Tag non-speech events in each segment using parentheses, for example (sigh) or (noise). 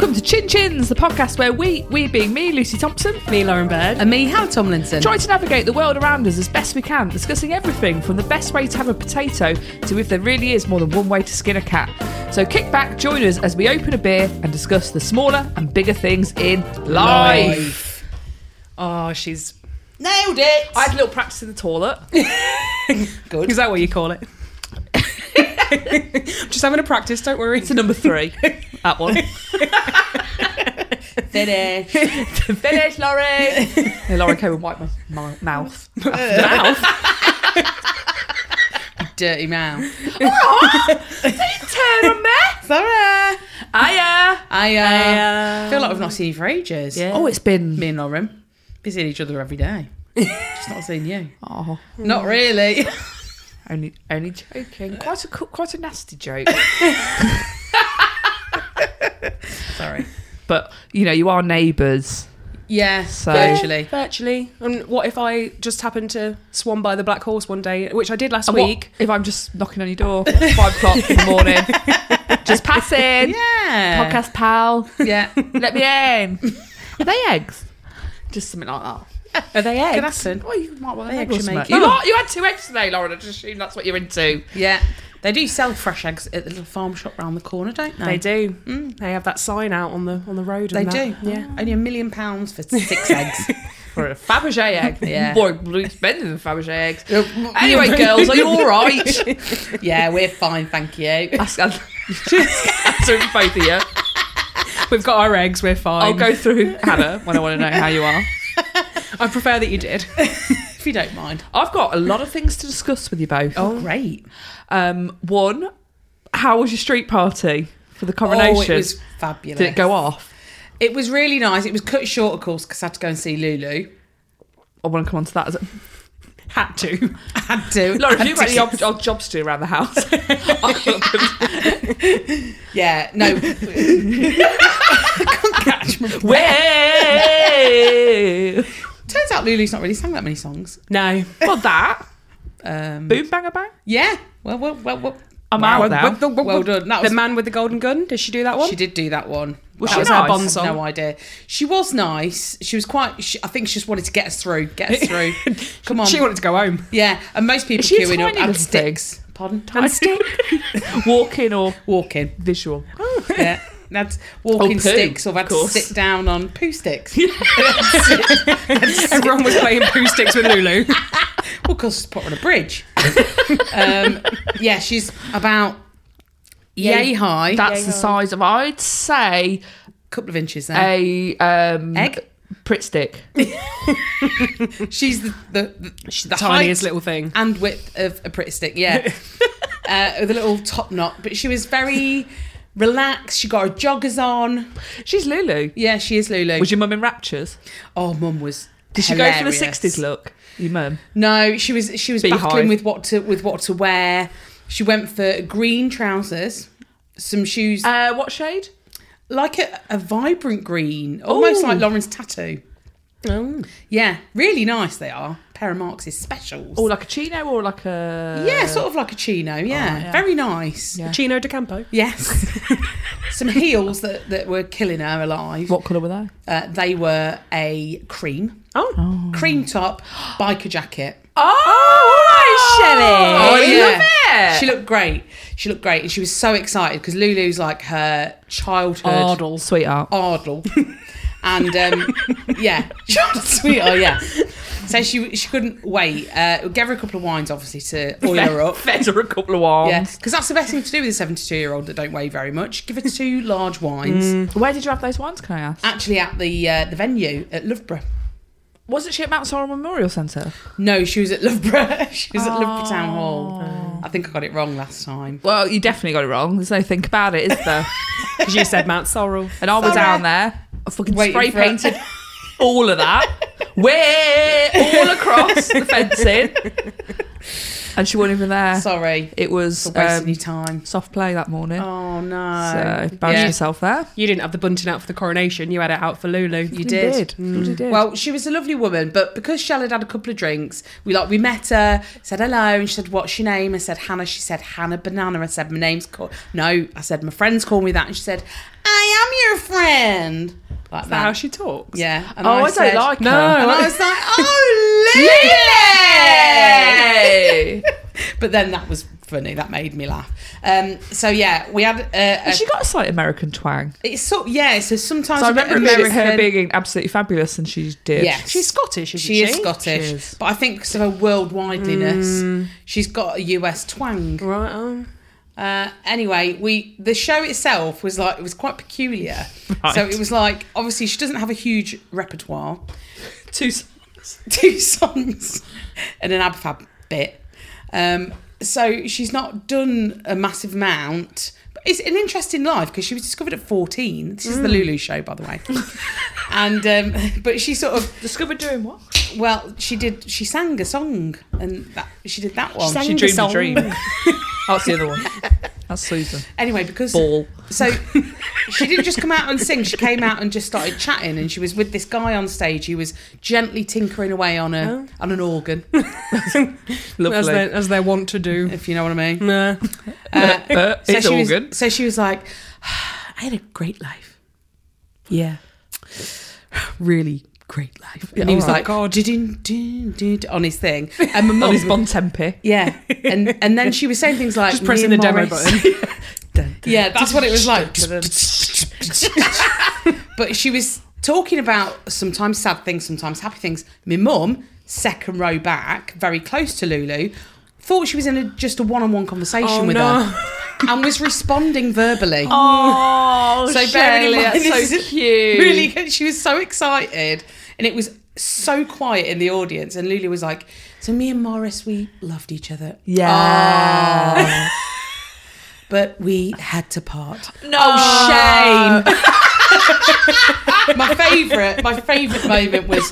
Chins, the podcast where we, we being me, Lucy Thompson, Me, Lauren Bird. And me, Hal Tomlinson. try to navigate the world around us as best we can, discussing everything from the best way to have a potato to if there really is more than one way to skin a cat. So kick back, join us as we open a beer and discuss the smaller and bigger things in life. Oh, she's. Nailed it! I had a little practice in the (laughs) toilet. Is that what you call it? (laughs) Just having a practice, don't worry. to number (laughs) three. that one. Finish. Finish, (laughs) Laurie. And Laurie came and wiped my, my (laughs) mouth. mouth. Dirty mouth. Turn on me. Sorry. Hiya. I Hiya. uh, feel like I've not seen you for ages. Yeah. Oh, it's been. Me and Lauren, we see each other every day. Just not seen you. Oh, Not really. (laughs) only, only joking. Quite a, cu- quite a nasty (laughs) joke. Sorry. But you know, you are neighbours. Yeah, So- virtually. Virtually. And what if I just happened to swan by the Black Horse one day, which I did last And what week? if I'm just knocking on your door at five o'clock in the morning, (laughs) just passing, Yeah. podcast pal, Yeah. let me (laughs) in. Are they eggs? Just something like that. Are they eggs? Could happen. Well, you might want an They egg or actually something. make You, them. are, you had two eggs today, Lauren. I just assume that's what you're into. Yeah. They do sell fresh eggs at the little farm shop round the corner, don't they? They do. They have that sign out on the on the road. Mm. They and do. that. Yeah. Only a million pounds for six eggs. For a Fabergé (laughs) egg. Yeah. Boy, blue spending than Fabergé eggs. Anyway, girls, are you all right? (laughs) (laughs) yeah, we're fine, thank you. That's (laughs) answering both of you. We've got our eggs. We're fine. I'll go through Hannah when I want to know how you are. I prefer that (laughs) you did. If you don't mind. I've got a lot of things to discuss with you both. great. Um, one, how was your street party for the coronation? Oh, it was fabulous. Did it go off? It was really nice. It was cut short, of course, because I had to go and see Lulu. (laughs) I want to come on to that. As a... Had to. I had to. Laura, have you got Had any to. odd, odd jobs to do around the house? (laughs) (laughs) Yeah, no. Way! Turns out Lulu's not really sang that many songs. No. well, that. Um, Boom, banger, bang. yeah. Well, well, well, well. I'm Wow. out now. Well, well, well done. That the was, man with the golden gun. Did she do that one? she did do that one. Was That she was nice? her Bond I've song. No idea. She was nice. She was quite. She, I think she just wanted to get us through. Get us (laughs) through. Come on. She wanted to (laughs) go home. yeah. And most people Is she a queuing up tiny and little thing? sticks. Pardon. And stick. (laughs) Walking or Walking. (laughs) visual. Yeah. And That's walking Oh, poo, sticks, or of I've had to course. sit down on poo (laughs) sticks. (laughs) Everyone was playing poo sticks (laughs) with Lulu. Well, because Oh, she's put on a bridge. (laughs) um, yeah, she's about Yay. yay, high. That That's the size of, I'd say, couple of inches there. a um, Egg. Pritt stick. She's the the, the, she's the Tiniest height little thing. and width of a pretty stick. (laughs) Yeah, uh, with a little top knot. But she was very relaxed. She got her joggers on. She's Lulu. Yeah, she is Lulu. Was your mum in raptures? oh, mum was. Did she go for the hilarious. sixties look? Your mum. No, she was she was Beehive. battling with what to with what to wear. She went for green trousers, some shoes Uh, what shade? like a, a vibrant green, almost Ooh. like Lauren's tattoo. Oh. Yeah, really nice they are. Pair of Marx's specials. Or like a chino, or like a yeah, sort of like a chino. Yeah, Oh, yeah. very nice. Yeah. Chino de Campo. Yes, (laughs) some heels that that were killing her alive. What colour were they? Uh, they were a cream Oh. cream top biker jacket. Oh, Shelley. I Yeah. love it. She looked great. She looked great, and she was so excited because Lulu's like her childhood Ardle, sweetheart. Ardle. (laughs) and um, yeah, sweetheart, Oh, yeah. So she she couldn't wait. Uh, gave her a couple of wines, obviously, to oil (laughs) her up. Fed her a couple of arms. Yeah, because that's the best thing to do with a 72 year old that don't weigh very much. Give her two large wines. Where did you have those wines? Can I ask? Actually, at the uh, the venue at Loughborough. Wasn't she at Mount Sorrel Memorial Centre? No, she was at Loughborough. (laughs) she was at Loughborough Town Hall. I think I got it wrong last time. Well, you definitely got it wrong. There's no think about it, is (laughs) there? Oh. 'Cause you said Mount Sorrel. And I was Sorry. down there, I fucking Waiting spray for it. painted all of that, way all across the fencing, and she wasn't even there. Sorry It was for wasting um, your time. soft play that morning. Oh no! So bounce Yeah. yourself there. You didn't have the bunting out for the coronation. You had it out for Lulu. You did. Mm. You did. Well, she was a lovely woman, but because Shell had had a couple of drinks, we like we met her, said hello, and she said, "What's your name?" I said, "Hannah." She said, "Hannah Banana." I said, "My name's called." No, I said, "My friends call me that," and she said, "I I am your friend. Like That's how that. she talks. yeah. And Oh, I, said- don't like No, her. And I was (laughs) like, oh, Hey! Lily! But then that was funny. That made me laugh. Um, so yeah, we had. Uh, a, Has she got a slight American twang? it's so yeah. So sometimes So I a bit remember being- her American- being absolutely fabulous, and she did. Yes. She's Scottish, isn't she? She is Scottish, She is. but I think because of her worldwideliness, she's got a US twang. Right. Um, Uh, anyway, we the show itself was like it was quite peculiar. Right. So it was like obviously she doesn't have a huge repertoire, (laughs) Two. two songs and an abfab bit. Um, so she's not done a massive amount. But it's an interesting life because she was discovered at fourteen. This is the Lulu show, by the way. (laughs) and um, (laughs) but she sort of Discovered doing what? well, she did. She sang a song, and that, Oh, she did that one. sang She the dreamed a song. dream. That's the other (laughs) one. That's (laughs) Susan. anyway, because Ball. so she didn't just come out and sing. She came out and just started chatting, and she was with this guy on stage who was gently tinkering away on a on an organ, as, Lovely. they, as they want to do. if you know what I (laughs) mean. Nah. Uh, Uh, it's she organ. Was, so she was like, "I had a great life, Yeah. really." Great life, and Yeah, he was alright. like, "God, on his thing," and my On his mum, Bon Tempe. yeah, and and then she was saying things like, Just "Me pressing and the demo Maurice- button. (laughs) Yeah, that's what it was like. (laughs) but she was talking about sometimes sad things, sometimes happy things. My mum, second row back, very close to Lulu, thought she was in a, just a one-on-one conversation Oh, with no. her and was responding verbally. Oh, So so bearing in Shirley, mind, that's this so (laughs) is cute. Really, she was so excited, and it was so quiet in the audience. And Lulu was like, "So me and Morris, we loved each other, Ah. Yeah. but we had to part." no Oh, shame. my favourite, my favourite moment was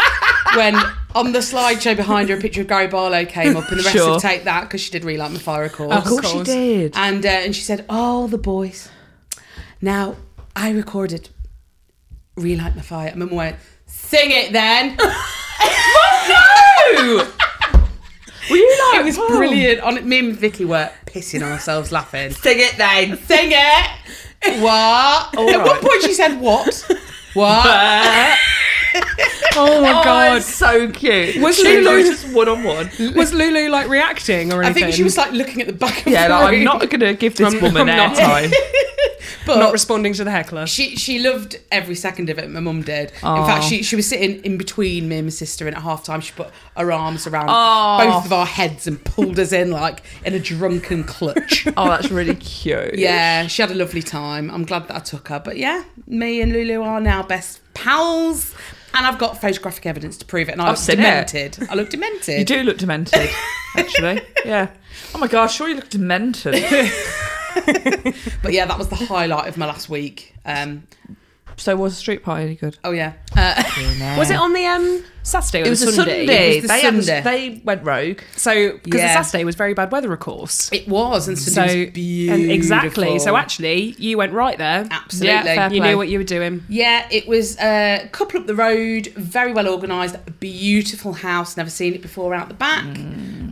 when on the slideshow behind her, a picture of Gary Barlow came up, and the rest Sure. of take that because she did relight my fire, of course. Of course she course. did. And uh, and she said, "Oh, the boys." Now I recorded relight my fire, and Mum went, "Sing (laughs) it then." (laughs) Were you like, It was "Whoa." brilliant. On it, me and Vicky were pissing ourselves (laughs) laughing. Sing it then. Sing it. What? At one right. point she (laughs) said, "What? What?" Oh my Oh, god. God. so cute. Was Was she Lulu- was just one on one? Was Lulu like reacting or I anything? think she was like looking at the (laughs) back of Yeah, the like, I'm room. not going to give this I'm- woman I'm air (laughs) not. time. But not responding to the heckler. she she loved every second of it. My mum did. In Aw. fact, she she was sitting in between me and my sister, and at half time she put her arms around Aw. both of our heads and pulled us in like in a drunken clutch. (laughs) Oh, that's really cute. yeah, she had a lovely time. I'm glad that I took her. But yeah, me and Lulu are now best pals. And I've got photographic evidence to prove it. And I I've look seen it. demented. I look demented. You do look demented, actually. Yeah. Oh my gosh, sure you look demented. But yeah, that was the highlight of my last week. Um, (laughs) so was Street Party any good? oh yeah. Uh, Was it on the um, Saturday or It was a Sunday. It was the they, had- Sunday. they went rogue. So because Yeah. the Saturday was very bad weather, of (laughs) course. it was. And So so, it was beautiful. and exactly. So actually, you went right there. Absolutely. Yeah, Fair you play. knew what you were doing. Yeah, it was a couple up the road, very well organised, beautiful house, never seen it before out the back.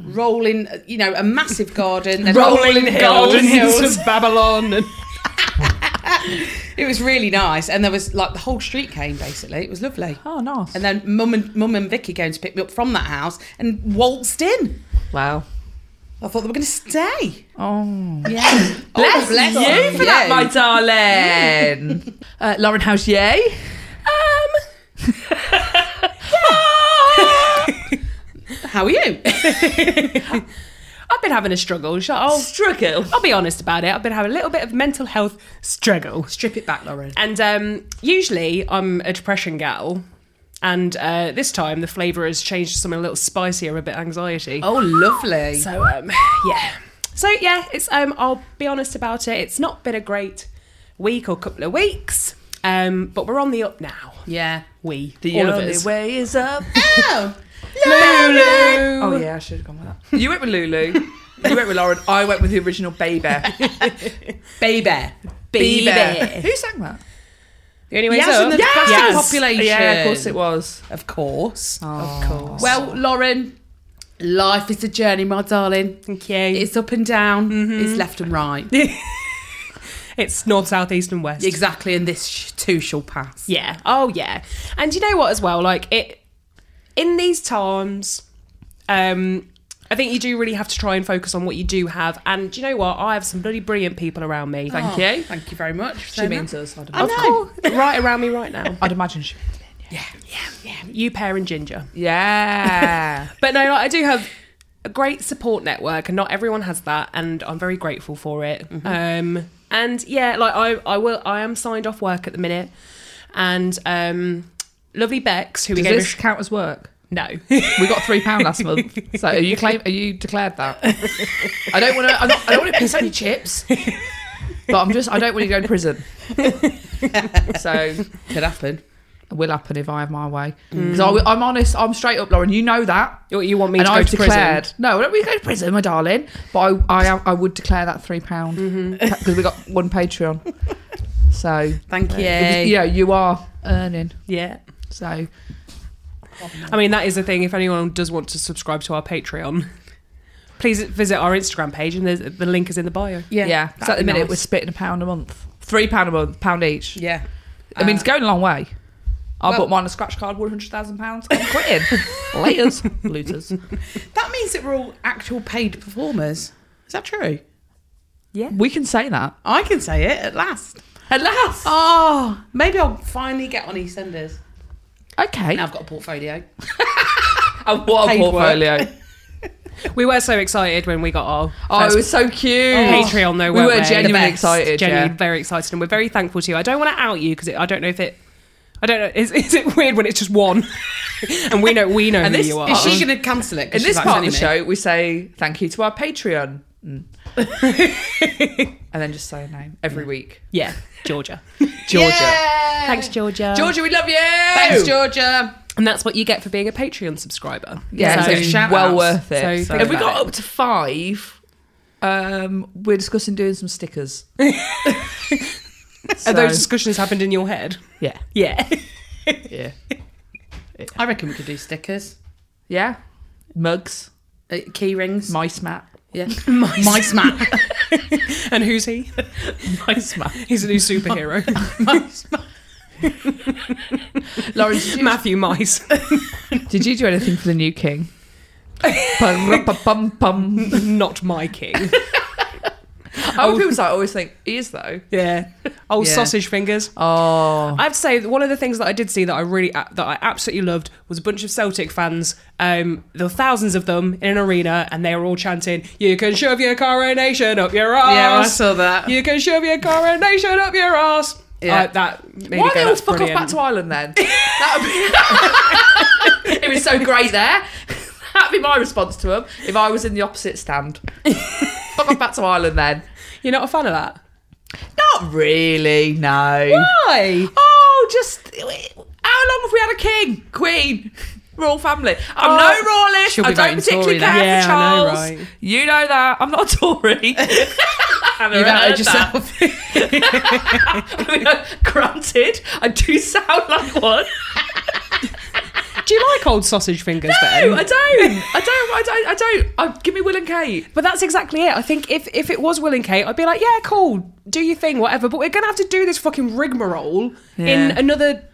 Rolling, you know, a massive garden. then golden (laughs) hills. hills of Babylon. And It was really nice. And there was like the whole street came basically. It was lovely. Oh, nice. And then mum and mum and Vicky going to pick me up from that house and waltzed in. wow. I thought they were going to stay. Oh. (coughs) Yeah. Bless, you for that, my darling. (laughs) uh, Lauren, how's yay? How are you? I've been having a struggle. Shall- I'll, Struggle. I'll be honest about it. I've been having a little bit of mental health struggle. Strip it back, Lauren. And um, usually I'm a depression gal. And uh, this time the flavour has changed to something a little spicier, a bit anxiety. Oh, lovely. So um, (laughs) yeah. So yeah, it's um. I'll be honest about it. It's not been a great week or couple of weeks. Um, but we're on the up now. yeah. We The all of only us. way is up. Oh, Lulu. oh, yeah, I should have gone with that. You went with Lulu. you went with Lauren. I went with the original Baby. baby. (laughs) Baby. Baby. Who sang that? The only way Yes, is and up. the Yes. plastic Yes. population. Yeah, of course it was. Of course. Of course. Well, Lauren, life is a journey, my darling. thank you. Mm-hmm. It's up and down. It's left and right. It's north, south, east, and west. Exactly, and this sh- too shall pass. Yeah. Oh yeah. And you know what as well? Like it in these times, um, I think you do really have to try and focus on what you do have. And do you know what? I have some bloody brilliant people around me. Oh, Thank you. Thank you very much. for She saying means that. us. I'd, Of imagine. course. right around me (laughs) right now. I'd imagine she. means me. You pair and ginger. (laughs) Yeah. But no, like, I do have a great support network, and not everyone has that, and I'm very grateful for it. Um, and yeah, like I, I will, I am signed off work at the minute, and um, lovely Bex, who we Does gave this us count as work? no. (laughs) We got three pound last month. So are you claim? Are you declared that? I don't want to. I don't want to piss on your chips. But I'm just. I don't want you to go to prison. So Could happen. it will happen if I have my way. Because I'm honest. I'm straight up, Lauren. You know that. You- You want me and to go I've to declared prison? no, I don't really go to prison, my darling. But I, I, I would declare that three pound (laughs) because we got one Patreon. So Thank (laughs) you. yeah, you are earning. Yeah. So I mean, that is the thing. If anyone does want to subscribe to our Patreon, (laughs) please visit our Instagram page, and there's, the link is in the bio. yeah, so at the that'd be minute nice. we're spitting a pound a month, three pound a month, pound each. Yeah. I mean, it's going a long way. I Well- bought mine a scratch card, one hundred thousand pounds. I'm quitting. (laughs) Laters, losers. That means that we're all actual paid performers. Is that true? We can say that I can say it at last. at last. Oh, maybe I'll finally get on EastEnders. Okay, Now I've got a (laughs) portfolio. and what a Paid work. portfolio. We were so excited when we got our Oh, it first was so cute. Patreon, though. we were weren't genuinely The best. excited. genuinely yeah. very excited, and we're very thankful to you. I don't want to out you because I don't know if it. I don't know. Is, (laughs) is it weird when it's just one, (laughs) and we know we know (laughs) And who this- you are? Is she going to cancel it? 'cause In this she's like, part of the "Send me." show, we say thank you to our Patreon. Mm. (laughs) and then just say a name every week. yeah, Georgia. Georgia. Yeah. Thanks, Georgia. Georgia, we love you. Thanks, Georgia. And that's what you get for being a Patreon subscriber. Yeah, So- so, Shout well outs. worth it. So So if we think about got up to five, um, we're discussing doing some (laughs) stickers. And those So- discussions happened in your head? yeah, (laughs) Yeah. yeah, I reckon we could do stickers, yeah. Mugs, uh, key rings, mice map, (laughs) yeah, mice (laughs) map, and who's he? mice map. He's a new (laughs) superhero. mice (laughs) map. Lauren, did you, Matthew Mice. did you do anything for the new (laughs) king? Pum, pum, pum, pum. Not my king. Oh, people's like, always think he is though. Yeah. Old Yeah. sausage fingers. Oh, I have to say that one of the things that I did see that I really that I absolutely loved was a bunch of Celtic fans. Um, there were thousands of them in an arena, and they were all chanting, "You can shove your coronation up your Yeah, I ass. saw that. you can shove your coronation up your ass." Yeah. I- that made me why go, don't they all "That's fuck brilliant." off back to Ireland then? That would be. (laughs) it was so great there. That'd be my response to them if I was in the opposite stand. fuck off back to Ireland then. You're not a fan of that? Not really, no. Why? Oh, just how long have we had a king, queen, royal family? I'm Oh, no royalist. she'll I be don't voting particularly Tory care now. for Yeah, I know, Charles. right. You know that. I'm not a Tory. Have heard You've outed that? yourself. I mean, (laughs) granted, I do sound like one. Ah, Do you like old sausage fingers? No, then? I don't. I don't. I don't. I don't. I, give me Will and Kate. But that's exactly it. I think if if it was Will and Kate, I'd be like, yeah, cool, do your thing, whatever. But we're gonna have to do this fucking rigmarole in Yeah. another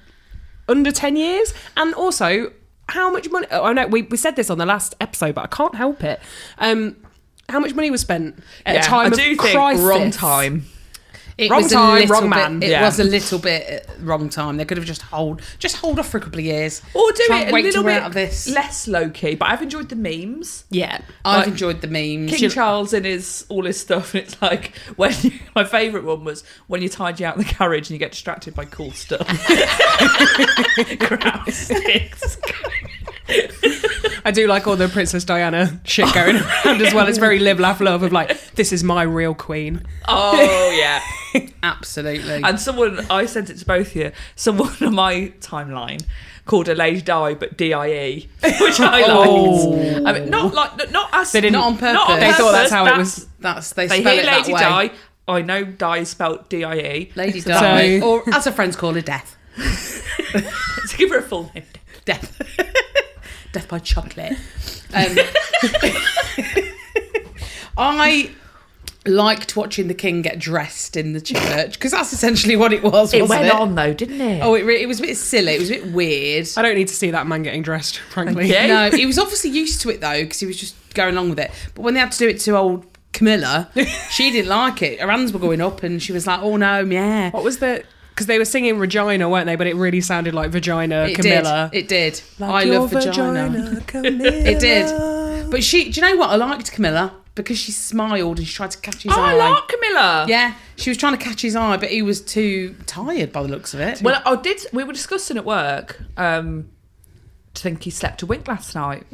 under ten years, and also how much money? Oh, I know we, we said this on the last episode, but I can't help it. Um, how much money was spent at a time I do of think crisis? wrong time. It Wrong a time, little wrong bit- man. It Yeah. was a little bit uh, wrong time. They could have just hold, just hold off for a couple of years. Or do Try and it a wait till little we're bit out of this. less low key. But I've enjoyed the memes. Yeah, I've Like- enjoyed the memes. King Charles and his all his stuff, and it's like when you, my favourite one was when you tidy out in the carriage and you get distracted by cool (laughs) stuff. Crap sticks. I do like all the Princess Diana (laughs) shit (laughs) going around as well. It's very live, laugh, love of like this is my real queen. (laughs) Oh yeah. Absolutely. And someone, I sent it to both of you. Someone on my timeline called a lady die, but D I E, which I liked. Oh. I mean, not like not as They didn't- not on purpose. They thought that's how it was- That's they They spell hear it that lady way. die. I know die is spelled D I E. Lady So die, So- or as her friends call it, death. Let's give her a full name. Death. (laughs) death by chocolate. Um, (laughs) I liked watching the king get dressed in the church because that's essentially what it was. It wasn't went it? on though, didn't it? Oh, it, re- it was a bit silly. It was a bit weird. I don't need to see that man getting dressed, frankly. Okay. No, he was obviously used to it though because he was just going along with it. But when they had to do it to old Camilla, she didn't like it. Her hands were going up, and she was like, "Oh no, yeah." What was the? Because they were singing Regina, weren't they? But it really sounded like Vagina It Camilla. did. It did. Like I your love vagina. Camilla. (laughs) It did. But she, do you know what? I liked Camilla because she smiled and she tried to catch his Oh, eye. I like Camilla. Yeah, she was trying to catch his eye, but he was too tired by the looks of it. Well, I did. We were discussing at work. Um, to think he slept a wink last night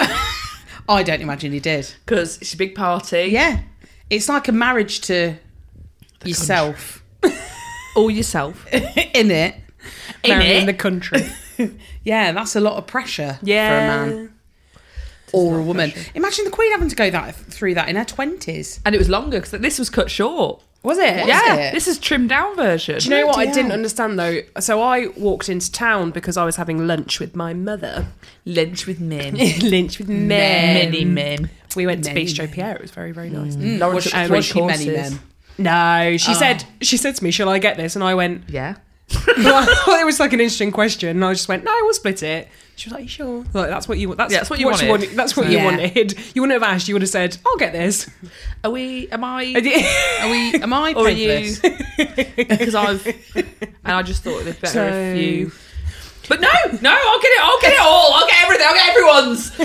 I don't imagine he did. because it's a big party. Yeah, it's like a marriage to yourself, all yourself (laughs) in it. in Marrying it. the country. Yeah, that's a lot of pressure for a man or a woman. Imagine the Queen having to go that through that in her twenties. and it was longer because this was cut short. Was it? Was yeah, it? this is trimmed down version. Do you know what I Bloody didn't hell. understand though? So I walked into town because I was having lunch with (laughs) my mother. Lunch with men, lunch with men. many (laughs) men. Hmm. We went Many Mm. to Bistro Pierre. It was very very nice. Lauren Was took she- three was she many courses. men? No, Oh. she said she said to me, "Shall I get this?" And I went. Yeah. well, it was like an interesting question, and I just went, "No, we'll split it." She was like, "You sure?" Like that's what you. That's, Yeah, that's what you wanted. wanted. That's what Yeah. you wanted. You wouldn't have asked. You would have said, "I'll get this." Are we? Am I I? did- Are we? Am I? (laughs) Or are you? you? Because I've and I just thought it'd be better if So- you. But no, no, I'll get it. I'll get it all. I'll get everything. I'll get everyone's.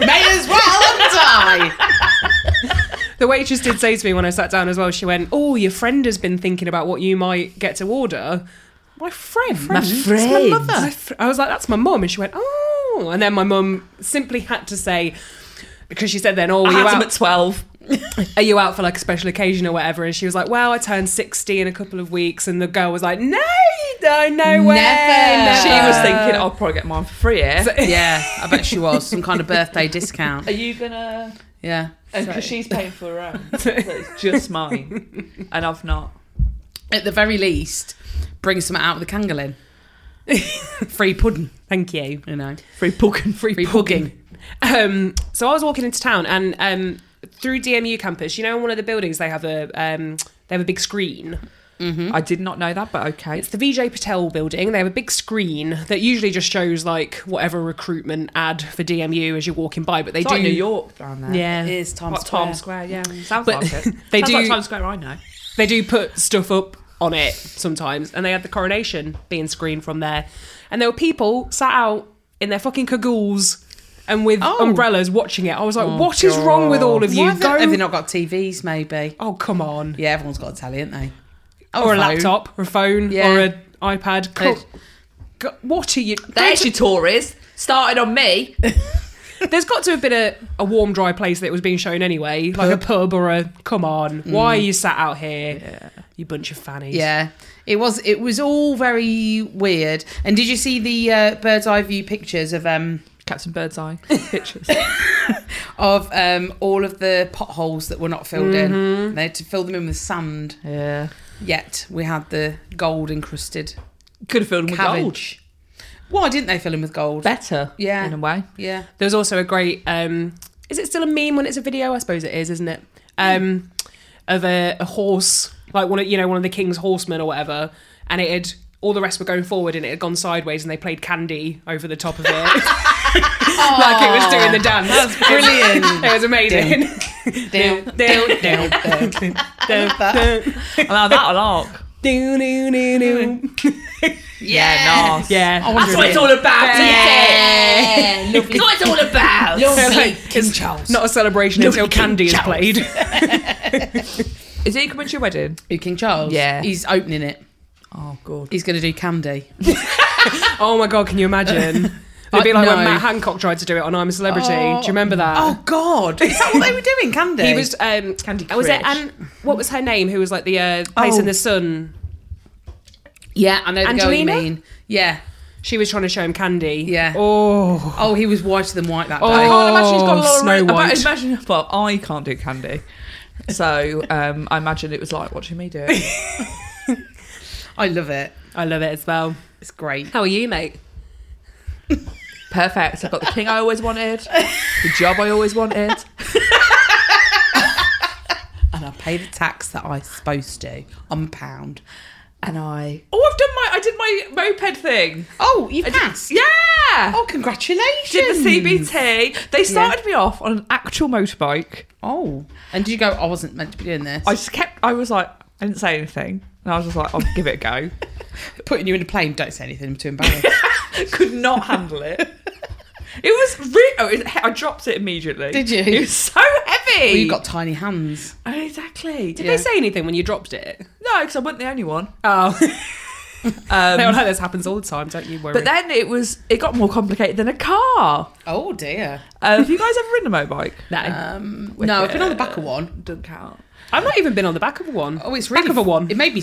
May (laughs) as well haven't I? (laughs) the waitress did say to me when I sat down as well. She went, "Oh, your friend has been thinking about what you might get to order." My friend, My It's friend. my mother. My fr- I was like, "That's my mum," and she went, "Oh," and then my mum simply had to say. Because she said then, oh, I were you had them out? at twelve. are you out for like a special occasion or whatever? And she was like, well, I turned 60 in a couple of weeks. And the girl was like, no, you don't, no way. Never. She Uh, was (laughs) thinking, "Oh, I'll probably get mine for free. eh?" Yeah. Yeah, I bet she was some kind of birthday discount. Are you gonna? Yeah. Because she's paying for her own, so it's just mine, and I've not. At the very least, bring some out of the kangalin. Free pudding, Thank you. you know. Free booking, free, Free pudding. Um, so I was walking into town and um, through DMU campus, you know, in one of the buildings, they have a, um, they have a big screen. I did not know that, but okay. It's the Vijay Patel building. They have a big screen that usually just shows like whatever recruitment ad for DMU as you're walking by, but they It's do like New York down there. Yeah. It is Times Like Square. Times Square, yeah. Sounds (laughs) But like it. they Sounds do- like Times Square, I (laughs) know. they do put stuff up on it sometimes and they had the coronation being screened from there and there were people sat out in their fucking cagoules and with Oh. umbrellas watching it i was like what is wrong with all of you Why have, they, Go- have they not got TVs, maybe? oh come on Yeah, everyone's got a telly, haven't they? Oh, or phone. a laptop or a phone Yeah. or an ipad Co- They- Go- what are you There's your Tories. Started on me. there's got to have been a, a warm dry place that it was being shown anyway like a pub or a come on why are you sat out here you bunch of fannies Yeah. It was it was all very weird. And did you see the uh, bird's eye view pictures of um Captain (laughs) Birdseye pictures. of um all of the potholes that were not filled in? They had to fill them in with sand. yeah. Yet we had the gold encrusted Could have filled them with gold. cabbage. Why didn't they fill them with gold? Better. Yeah. In a way. yeah. There was also a great. Um, is it still a meme when it's a video? I suppose it is, isn't it? Um, of a, a horse, like one of you know one of the king's horsemen or whatever, and it had all the rest were going forward and it had gone sideways and they played candy over (laughs) the top of it, (laughs) like it was doing the dance. That's brilliant. (laughs) it was amazing. Down, Dun, (laughs) dun, down, down. dun, dun. I that a lot. (laughs) Dun, dun, dun, dun. Yeah, nice. Yeah, That's what it's all about, (laughs) Yeah. isn't it? That's what it's all about. Lovely. King Charles. not a celebration until King candy is Charles. played. (laughs) Is he coming to your wedding? Who, King Charles? Yeah. He's opening it. Oh, God. He's going to do candy. Oh my god, can (laughs) you imagine? It'd be I- like Uh, no. when Matt Hancock tried to do it on I'm a Celebrity. Do you remember that? Oh, God. Is that what they were doing, candy? He was um, Candy. Was it Crush. and what was her name? Who was like the uh, place Oh. in the sun? Yeah, I know the Angelina? girl you mean. Yeah. She was trying to show him candy. Yeah. Oh, Oh, he was whiter than white that I day. can't imagine he's got a lot Snow of... I White. imagine, well, I can't do candy. So um, I imagine it was like watching me do it. (laughs) I love it. I love it as well. It's great. How are you, mate? Perfect. I got the king I always wanted, the job I always wanted. And I'm pay the tax that I'm supposed to on pound. And I. Oh, I've done my. I did my moped thing. Oh, you've passed. Yeah. Oh, congratulations. Did the CBT. They started me off on an actual motorbike. Oh, and did you go? I wasn't meant to be doing this. I just kept. I was like, I didn't say anything, and I was just like, I'll give it a go. putting you in a plane. Don't say anything. I'm too embarrassed. (laughs) Could not handle it. (laughs) It was really. Oh, it, I dropped it immediately. Did you? It was so heavy. Oh, well, (laughs) you've got tiny hands. exactly. Did Did they Yeah. say anything when you dropped it? No, because I wasn't the only (laughs) one. Oh. Um, (laughs) they were like, this happens all the time, don't you worry. but then it was. It got more complicated than a car. Oh dear. Uh, have you guys ever ridden a (laughs) motorbike? No. Um, no, I've been on the back of one. Doesn't count. I've not even been on the back of one. Oh, it's Back really of a one. It made me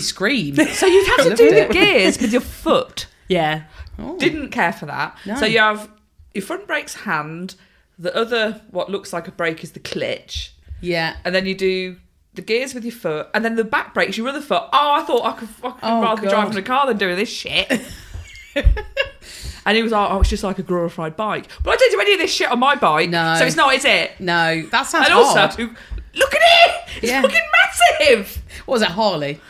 (laughs) scream. So you'd have to Loved do the it. gears with your foot. Yeah. Oh. Didn't care for that. No. So you have your front brake's hand. The other, what looks like a brake, is the clutch. yeah. and then you do the gears with your foot, and then the back brakes your other foot. Oh, I thought I could fucking Oh, rather be God. driving a car than doing this (laughs) shit. and he was like, "Oh, it's just like a glorified bike." But I didn't do any of this shit on my bike, No. so it's not, is it? No, that sounds and hard. also, look at it! It's Yeah. fucking massive. what was (laughs) it, Harley?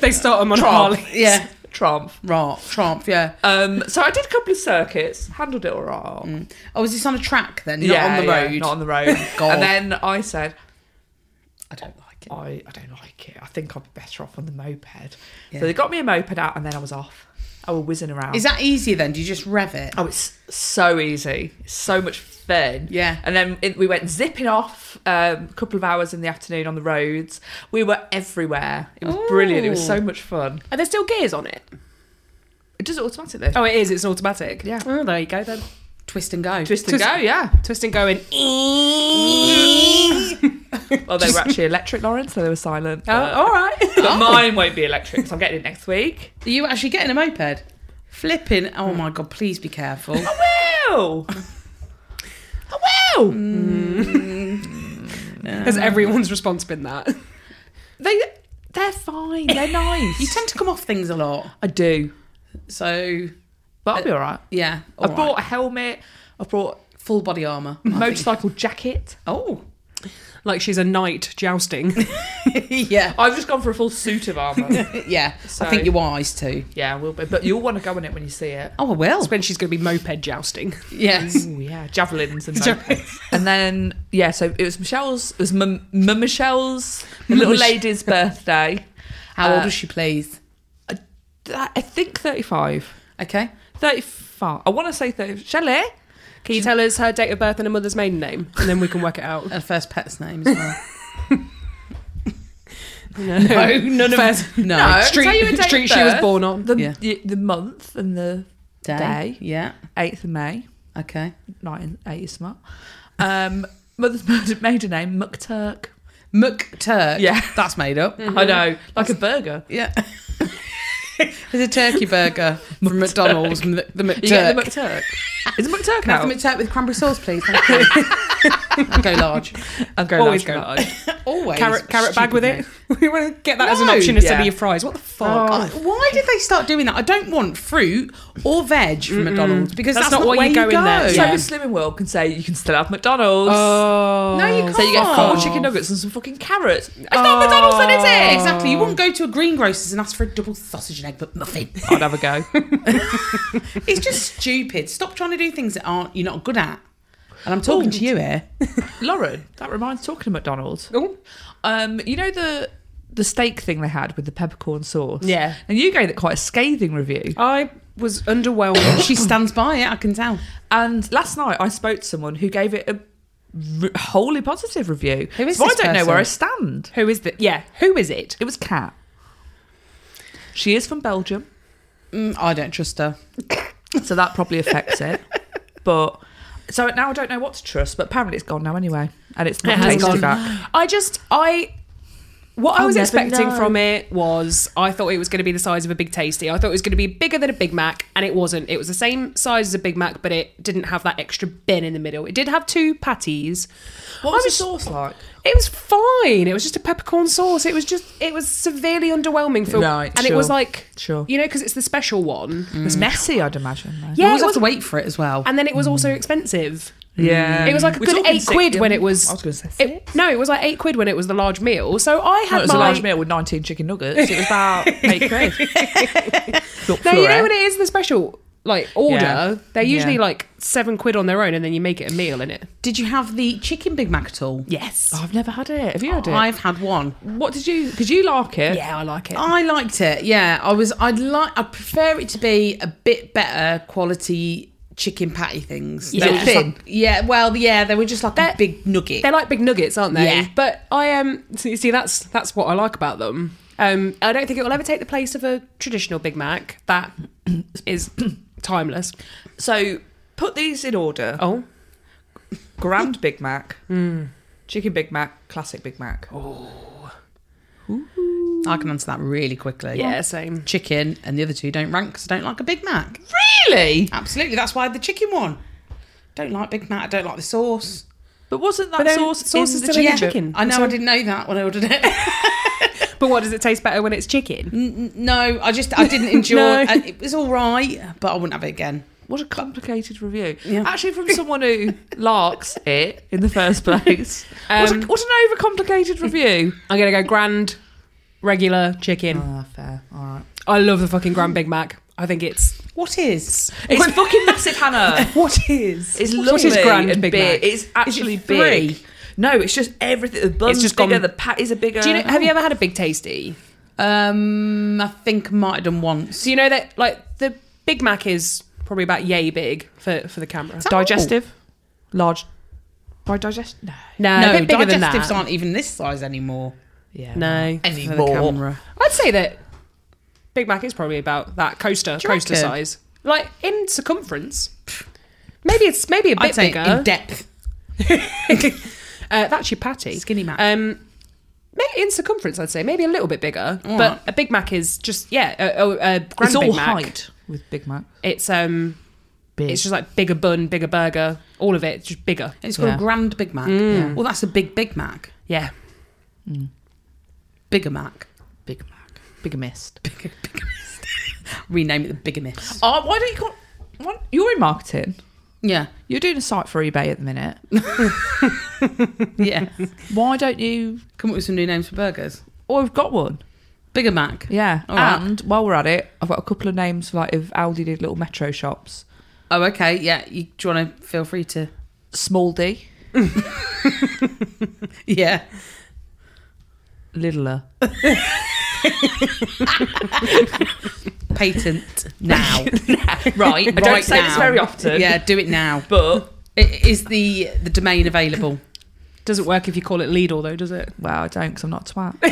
They start them on Trump. Harley. Yeah. Trump. Right, Trump, yeah. Um, so I did a couple of circuits, handled it all right. Oh, was this on a track then? Not Yeah, on the yeah, road. not on the road. God. (laughs) and then I said, I don't like it. I, I don't like it. I think I'd be better off on the moped. Yeah. So they got me a moped out, and then I was off. I was whizzing around. Is that easier then? Do you just rev it? oh, it's so easy. It's so much fun. Yeah. And then it, we went zipping off um, a couple of hours in the afternoon on the roads. We were everywhere. It was brilliant. It was so Ooh. much fun. Are there still gears on it? It does it automatically. Oh, it is. It's an automatic. Yeah. Oh, there you go then. Twist and go. Twist and twist- go, yeah. Twist and go in. Well, they were actually electric, Lauren, so they were silent. Oh, but- all right. But mine won't be electric, so I'm getting it next week. (laughs) Are you actually getting a moped? Flipping. Oh my god, please be careful. I will. I will. (laughs) Has everyone's response been that? They they're fine. They're nice. (laughs) you tend to come off things a lot. I do, So, but I'll be all right. yeah. I all right. brought a helmet. I brought full body armour. I think. motorcycle jacket. Oh. (laughs) (laughs) Like she's a knight jousting. (laughs) yeah. I've just gone for a full suit of (laughs) armor. Yeah. So- I think you're wise too. yeah, I will be. But you'll want to go in it when you see it. Oh, I will. That's when she's going to be moped jousting. (laughs) Yes. Oh yeah, javelins (laughs) and mopeds. and then yeah, so it was Michelle's. It was Mum Mum Michelle's the little Mich- lady's birthday. How Uh, old is she, please? I, I think thirty-five. Okay. Thirty-five. I want to say thirty. Shelley. Can you tell us her date of birth and her mother's maiden name? And then we can work it out. And first pet's name as well. No, none of- (laughs) First- no. No. street, Tell you a date of street she was birth. born on. The, Yeah. the the month and the Day. Day. Yeah. eighth of May. Okay. 1980 smart. Um, mother's (laughs) maiden- maiden name, McTurk. McTurk. Yeah. (laughs) That's made up. I know, like a burger. Yeah. (laughs) There's a turkey (laughs) burger from McDonald's. m- The McTurk. You get the McTurk. Is it McTurk Can I now? have the McTurk with cranberry sauce, please? (laughs) Thank you. I'll (laughs) go large. I'll go Always large, go. large. Always. Carrot, carrot bag Stupid with me. it. (laughs) we want to get that as an No. Oh. option instead Yeah. of your fries. What the fuck? God, why did they start doing that? I don't want fruit or veg from McDonald's because That's that's, not not, what where you you go go. in there. So Yeah. Slimming World can say you can still have McDonald's. Oh. No, you Oh. can't. so you get Oh. four chicken nuggets and some fucking carrots. It's not McDonald's then, Yeah, is it? exactly. You wouldn't go to a greengrocer's and ask for a double sausage and egg but (laughs) muffin. I'd have a go. it's just stupid. Stop trying to do things that aren't you're not good at. And I'm talking Ooh. to you here. (laughs) Lauren, that reminds talking of McDonald's. Oh. Um, you know the the steak thing they had with the peppercorn sauce? Yeah. And you gave it quite a scathing review. I (coughs) was underwhelmed. She stands by it. I can tell. And last night I spoke to someone who gave it a r- wholly positive review. Who is so this I don't know person? where I stand. who is the? Yeah, who is it? It was Kat. She is from Belgium, Mm, I don't trust her. so that probably affects (laughs) it. But so now I don't know what to trust. But apparently it's gone now anyway, and it's It not has tasted gone. (gasps) back. I just I what I I'll was never expecting know. from it was I thought it was going to be the size of a big tasty. I thought it was going to be bigger than a Big Mac, and it wasn't. It was the same size as a Big Mac, but it didn't have that extra bin in the middle. It did have two patties. What was was the the sauce like? It was fine. It was just a peppercorn sauce. It was just it was severely underwhelming for Right, and it was sure. like Sure. Mm. you know because it's the special one. Mm. It was Mm. messy, I'd imagine. Though. You Yeah, always it have was, to wait for it as well. and then it was also expensive. Yeah. It was like a We're good talking eight six- um, quid when it I was was. going to say six. It, no, it was like eight quid when it was the large meal. So I had No, it was my a large meal with 19 chicken nuggets. It was about (laughs) eight quid. Not No, you fluorite. know what it is? The special like order. Yeah. They're usually Yeah. like seven quid on their own, and then you make it a meal in it. Did you have the chicken Big Mac at all? Yes. Oh, I've never had it. Have you had it? I've had one. What did you? Because you like it. yeah, I like it. I liked it. Yeah, I was. I'd like. I prefer it to be a bit better quality chicken patty things. They Yeah. were just Thin. like- yeah. Well, yeah, they were just like They're- a big nugget. They're like big nuggets, aren't they? Yeah. But I um, see, see, that's that's what I like about them. Um, I don't think it will ever take the place of a traditional Big Mac. That is (coughs) timeless. So put these in order: Oh, Grand Big Mac, Chicken Big Mac, Classic Big Mac. I can answer that really quickly. yeah, same. Chicken and the other two don't rank because I don't like a Big Mac. Really? Absolutely. That's why I had the chicken one. Don't like Big Mac. I don't like the sauce. But wasn't that But then sauce, sauce in is the still in chicken? the chicken. I know. So- I didn't know that when I ordered it. But what does it taste better when it's chicken? N- no, I just I (laughs) didn't enjoy. No. and It was all right, but I wouldn't have it again. What a complicated review. Yeah. Actually, from someone (laughs) who larks it in the first place. what, a, Um, what an overcomplicated review. I'm gonna go grand, regular chicken. Ah, fair. All right. I love the fucking grand Big Mac. I think it's What is? (laughs) It's fucking massive, (laughs) Hannah. what is It's What lovely is grand and Big big. Mac? It's actually three? big. No, it's just everything. The bun's just bigger. gone- The patties are bigger. Do you know, have you ever had a big tasty? Um, I think I might have done once. So you know that like the Big Mac is probably about yay big for, for the camera. that- digestive? Large. By digest? No. No, no, Uh, a bit bigger than digestives that. aren't even this size anymore. Yeah. no, For the Anymore. camera. I'd say that Big Mac is probably about that coaster you coaster reckon? size, like in circumference. Maybe it's maybe a bit I'd say bigger. in depth. uh, that's your patty, Skinny Mac. Um, maybe in circumference, I'd say maybe a little bit bigger. All but right. a Big Mac is just yeah, a, a, a grand It's all Big Mac. height with Big Mac. It's um, Big. it's just like bigger bun, bigger burger, all of it, just bigger. It's called Yeah. a Grand Big Mac. Mm. Well, that's a big Big Mac. Yeah. Bigger Mac. Big Mac. Bigger mist. (laughs) Rename it the Bigger Miss. Oh, why don't you call? Why, you're in marketing. Yeah. You're doing a site for eBay at the minute. (laughs) Yeah. Why don't you? Come up with some new names for burgers. Oh, I've got one. Bigger Mac. Yeah. All right. And while we're at it, I've got a couple of names like if Aldi did little metro shops. Oh, okay. Yeah. You, do you want to feel (laughs) free to? Small D, Yeah. (laughs) littler. (laughs) Patent now. Right. I don't Right say this now. very often. yeah. Do it now. But I- Is the the domain available? Doesn't work if you call it Lidl though, does it? well, I don't because I'm not a twat.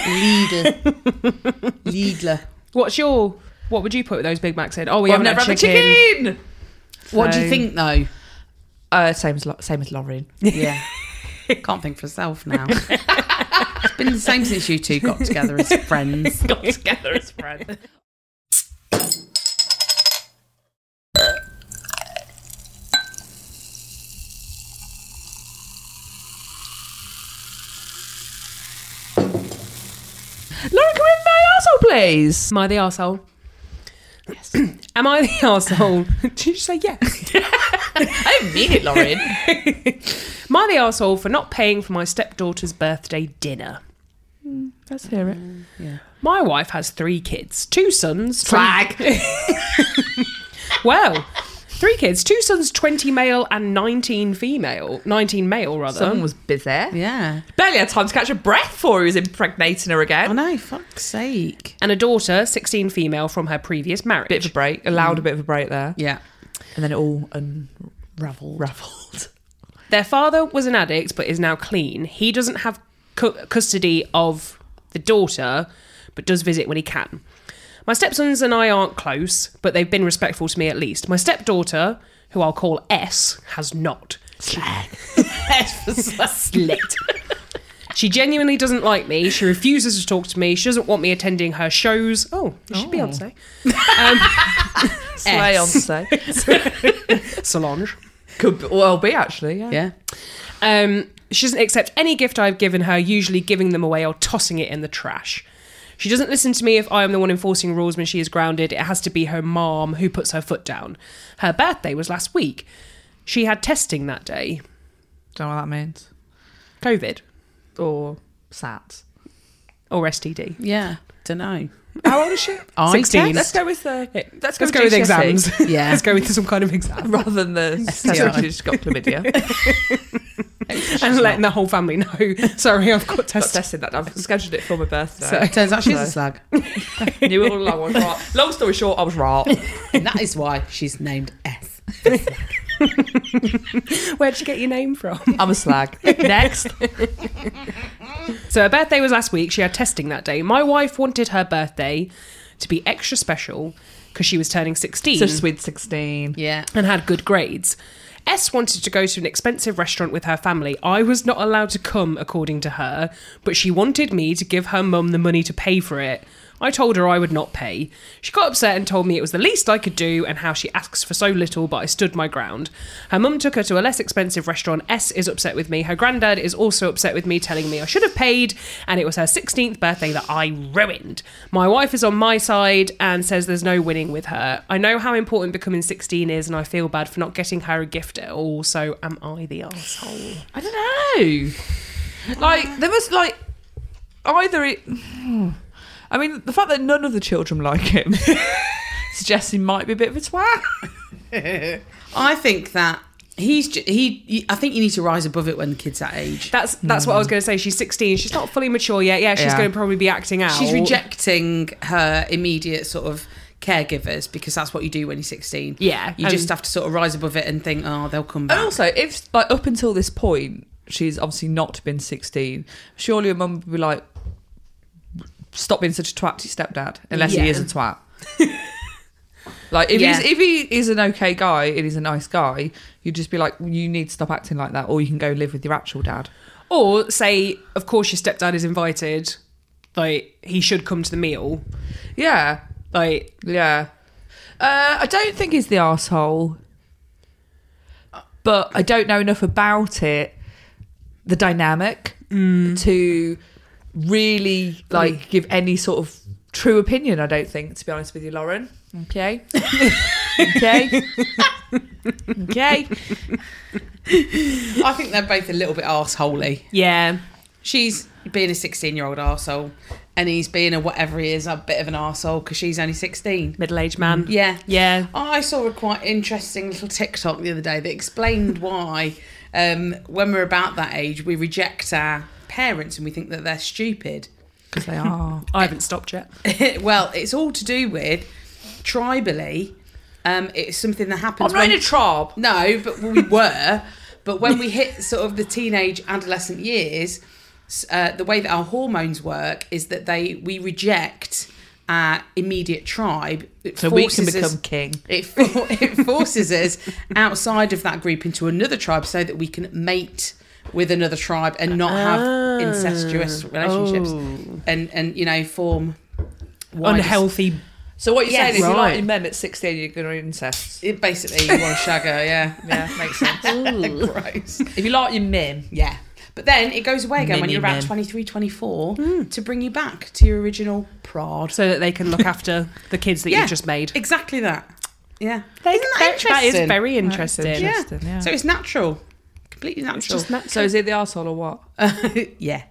(laughs) Leader. Leadler. What's your what would you put those Big Macs in? Oh, we I've haven't never had had chicken. a chicken. What do you So- think though? Uh, same as Lo- same as (laughs) Lauren. Yeah. Can't think for herself now. it's been the same since you two got together as friends. Got together as friends. Lauren, come in my asshole, please. Am I the arsehole? Yes. (clears throat) Am I the arsehole? (laughs) Did you say yes? I didn't mean it, Lauren. Am I the arsehole for not paying for my stepdaughter's birthday dinner? (laughs) Let's hear it. My wife has three kids, two sons. twen- (laughs) Flag. Well, three kids, two sons, twenty male and nineteen female, nineteen male rather. Someone was busy. Yeah. Barely had time to catch a breath before he was impregnating her I again. know, Oh, fuck's sake. and a daughter, sixteen female, from her previous marriage. Bit of a break, allowed a bit of a break there, Yeah. and then it all (laughs) unravelled. Their father was an addict but is now clean. He doesn't have cu- custody of the daughter, but does visit when he can. My stepsons and I aren't close, but they've been respectful to me at least. My stepdaughter, who I'll call S, has not. Slit. She genuinely doesn't like me. She refuses to talk to me. She doesn't want me attending her shows. Oh, it should be Oh. on today. Um, Slay on, say. Solange. (laughs) Could be, well be actually, yeah. Yeah. Um, she doesn't accept any gift I've given her, usually giving them away or tossing it in the trash. She doesn't listen to me if I am the one enforcing rules when she is grounded. It has to be her mom who puts her foot down. Her birthday was last week. She had testing that day. Don't know what that means. COVID Or SATs. or STD. Yeah. Don't know. How old is she? I 16. guessed- Let's go with the. Let's go, Let's go with GCSE. exams. (laughs) (laughs) Yeah. Let's go with some kind of exam rather than the STI. STI. She's got (laughs) chlamydia. and letting the whole family know. (laughs) Sorry, I've got got tested. tested that. I've scheduled it for my (laughs) birthday. So- Turns out she's No. a slag. Knew all along. I was right. Long story short, I was right. And that is why she's named S. (laughs) Where'd you get your name from? I'm a (laughs) slag. Next. So her birthday was last week. She had testing that day. My wife wanted her birthday to be extra special because she was turning 16 So sweet 16. Yeah. and had good grades. S wanted to go to an expensive restaurant with her family. I was not allowed to come, according to her, but she wanted me to give her mum the money to pay for it. I told her I would not pay. She got upset and told me it was the least I could do and how she asks for so little, but I stood my ground. Her mum took her to a less expensive restaurant. S is upset with me. Her granddad is also upset with me, telling me I should have paid, and it was her 16th birthday that I ruined. My wife is on my side and says there's no winning with her. I know how important becoming 16 is, and I feel bad for not getting her a gift at all, so am I the asshole? I don't know. Like, there was like either it. I mean, the fact that none of the children like him suggests he might be a bit of a twat. I think that he's ju- he. I think you need to rise above it when the kid's that age. That's that's what I was going to say. She's 16. She's not fully mature yet. Yeah, she's Yeah. going to probably be acting out. She's rejecting her immediate sort of caregivers because that's what you do when you're 16. Yeah, You and- just have to sort of rise above it and think, oh, they'll come And back. also, if like up until this point, she's obviously not been 16, surely her mum would be like, stop being such a twat to your stepdad, unless Yeah. he is a twat. like, if, Yeah. he's, if he is an okay guy and he's a nice guy, you'd just be like, you need to stop acting like that, or you can go live with your actual dad. Or say, of course, your stepdad is invited. Like he should come to the meal. Yeah, Like yeah. Uh, I don't think he's the asshole, but I don't know enough about it, the dynamic, Mm. to really like give any sort of true opinion. I don't think, to be honest with you, Lauren. (laughs) Okay, okay, okay. I think they're both a little bit arseholey. yeah, She's being a 16 year old arsehole, and he's being a whatever he is, a bit of an arsehole because she's only 16. middle aged man. Yeah. Yeah. I saw a quite interesting little TikTok the other day that explained why, um, when we're about that age, we reject our parents and we think that they're stupid. (laughs) Because they are. I haven't stopped yet. well, it's all to do with tribally. Um, it's something that happens. I'm not in when- a trob. No, but we were. But when we hit sort of the teenage adolescent years, s- uh, the way that our hormones work is that they we reject our immediate tribe. It So we can forces us- become king. It, (laughs) for, it forces us outside of that group into another tribe so that we can mate with another tribe and not Ah. have incestuous relationships Oh. and and you know form wider- (laughs) Unhealthy. So what you're Yes. saying is you like Right. your men at 16, you're going to incest. It basically you want to shag her, (laughs) yeah. Yeah, makes sense. Gross. if you like your mim, Yeah. But then it goes away again when Mini you're about men. 23, 24 Hmm. to bring you back to your original prod. So that they can look after the kids that Yeah. you just made. Exactly that. Yeah. They- Isn't that- that interesting? That is very interesting. interesting. yeah. yeah. So it's natural. Completely natural. So is he the asshole or what? (laughs) yeah.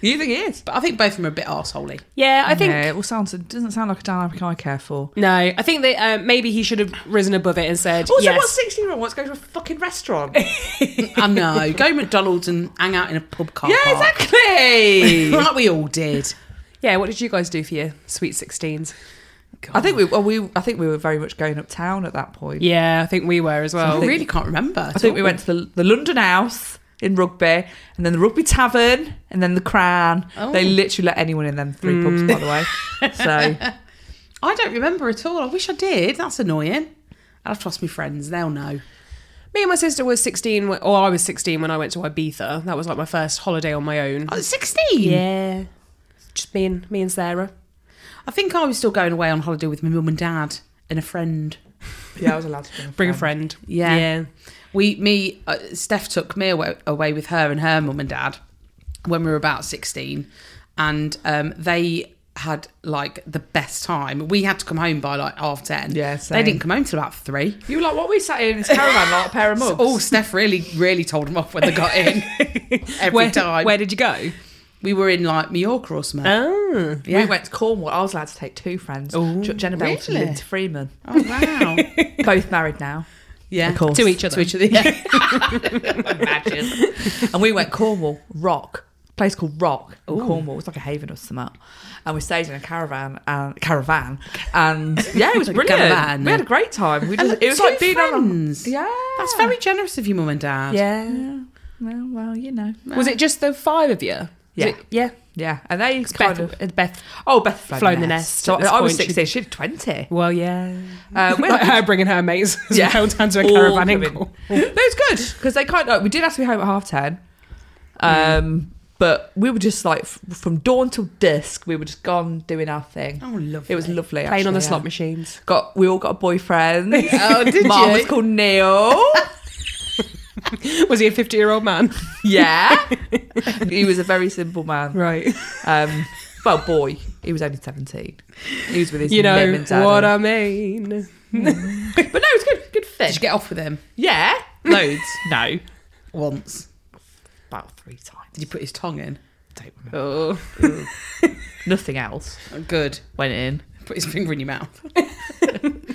You think he is? But I think both of them are a bit arseholey. yeah, I think. yeah, it all sounds it doesn't sound like a dynamic I care for. No, I think that uh, maybe he should have risen above it and said, Also, what yes. sixteen year old wants to go to a fucking restaurant? (laughs) I know. Go to McDonald's and hang out in a pub car yeah, park. exactly. (laughs) Like we all did. Yeah, what did you guys do for your sweet 16s? (laughs) I think we, well, we I think we were very much going uptown at that point. Yeah, I think we were as I well. really can't remember. I think we went to the, the London House in Rugby, and then the Rugby Tavern, and then the Crown. Oh. They literally let anyone in them three pubs, by the way. (laughs) So I don't remember at all. I wish I did. That's annoying. I'll have to ask my friends. They'll know. Me and my sister was 16, when- or I was 16 when I went to Ibiza. That was like my first holiday on my own. I was 16. Yeah. Just me and, me and Sarah. I think I was still going away on holiday with my mum and dad and a friend. yeah, I was allowed to bring a Bring a friend. Um, Yeah. Yeah. We, me, uh, Steph took me away, away with her and her mum and dad when we were about sixteen, and um, they had like the best time. We had to come home by like half ten. Yeah, they same. didn't come home till about three. You were like, what we sat here in this caravan like a pair (laughs) of mugs. Oh, Steph really, really told them off when they got in every where, time. Where did you go? we were in like Mallorca or something. Oh, yeah. We went to Cornwall. I was allowed to take two friends, J- Jenna Belton really? and Linda Freeman. oh wow. Both married now. Yeah. Of course. to each other. To each (laughs) other. Yeah. Imagine. (laughs) and we went Cornwall, Rock, place called Rock in Cornwall. It was like a haven or something. And we stayed in a caravan and caravan. And yeah, it was (laughs) brilliant. Caravan. We had a great time. We And just, it was two like being friends. on a Yeah. That's very generous of you, mum and dad. yeah. well, well, you know. Was it just the five of you? Was Yeah. it- yeah. Yeah. And they kind Beth, of uh, Beth. Oh, Beth Flown flown, the the nest. nest at this So I was point. 16, she had (laughs) 20. Well, yeah. Uh, we Like her bringing her mates as Yeah. well down to a All caravan in coming. Cornwall. That was good because they kind of we did have to be home at half ten, um, but we were just like f- from dawn till dusk. We were just gone doing our thing. Oh, lovely. It was lovely. Playing on the actually, slot yeah. machines. Got we all got a boyfriend. Oh, did Mum you? was called Neil. (laughs) Was he a 50 year old man? yeah, he was a very simple man. (laughs) Right. Um, well, boy, he was only seventeen. He was with his You know mum and dad. what I mean. but no, it's good. Good Did fit. you get off with him yeah, (laughs) loads. no, once? about three times. Did you put his tongue in? Don't remember. Oh. Nothing else Oh, Good. went in. Put his finger in your mouth.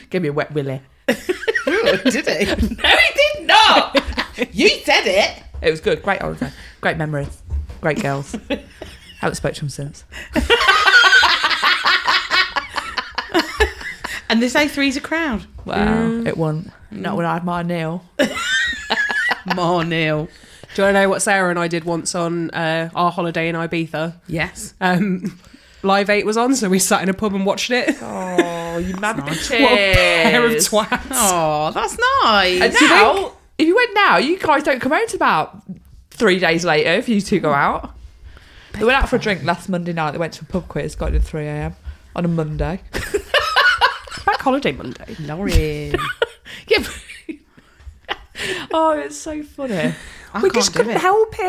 Gave me a wet willy. Ooh, did (laughs) he? No, he did not. you said it. It was good. Great holiday. Great memories. Great girls. Haven't spoken to them since. And this A3's a crowd. Wow. It won. Not when I had my Neil. Ma Neil. Do you want to know what Sarah and I did once on uh, our holiday in Ibiza? Yes. Um, Live 8 was on, so we sat in a pub and watched it. Oh, you mad (laughs) bitches. What a pair of twats. Oh, that's nice. And now, if you went now, you guys don't come out till about three days later if you two go out. They went out for a drink last Monday night. They went to a pub quiz, got in at 3 a.m. on a Monday. (laughs) Back holiday Monday. Laurie. yeah. but- oh, it's so funny. I we can't just do couldn't it. help it.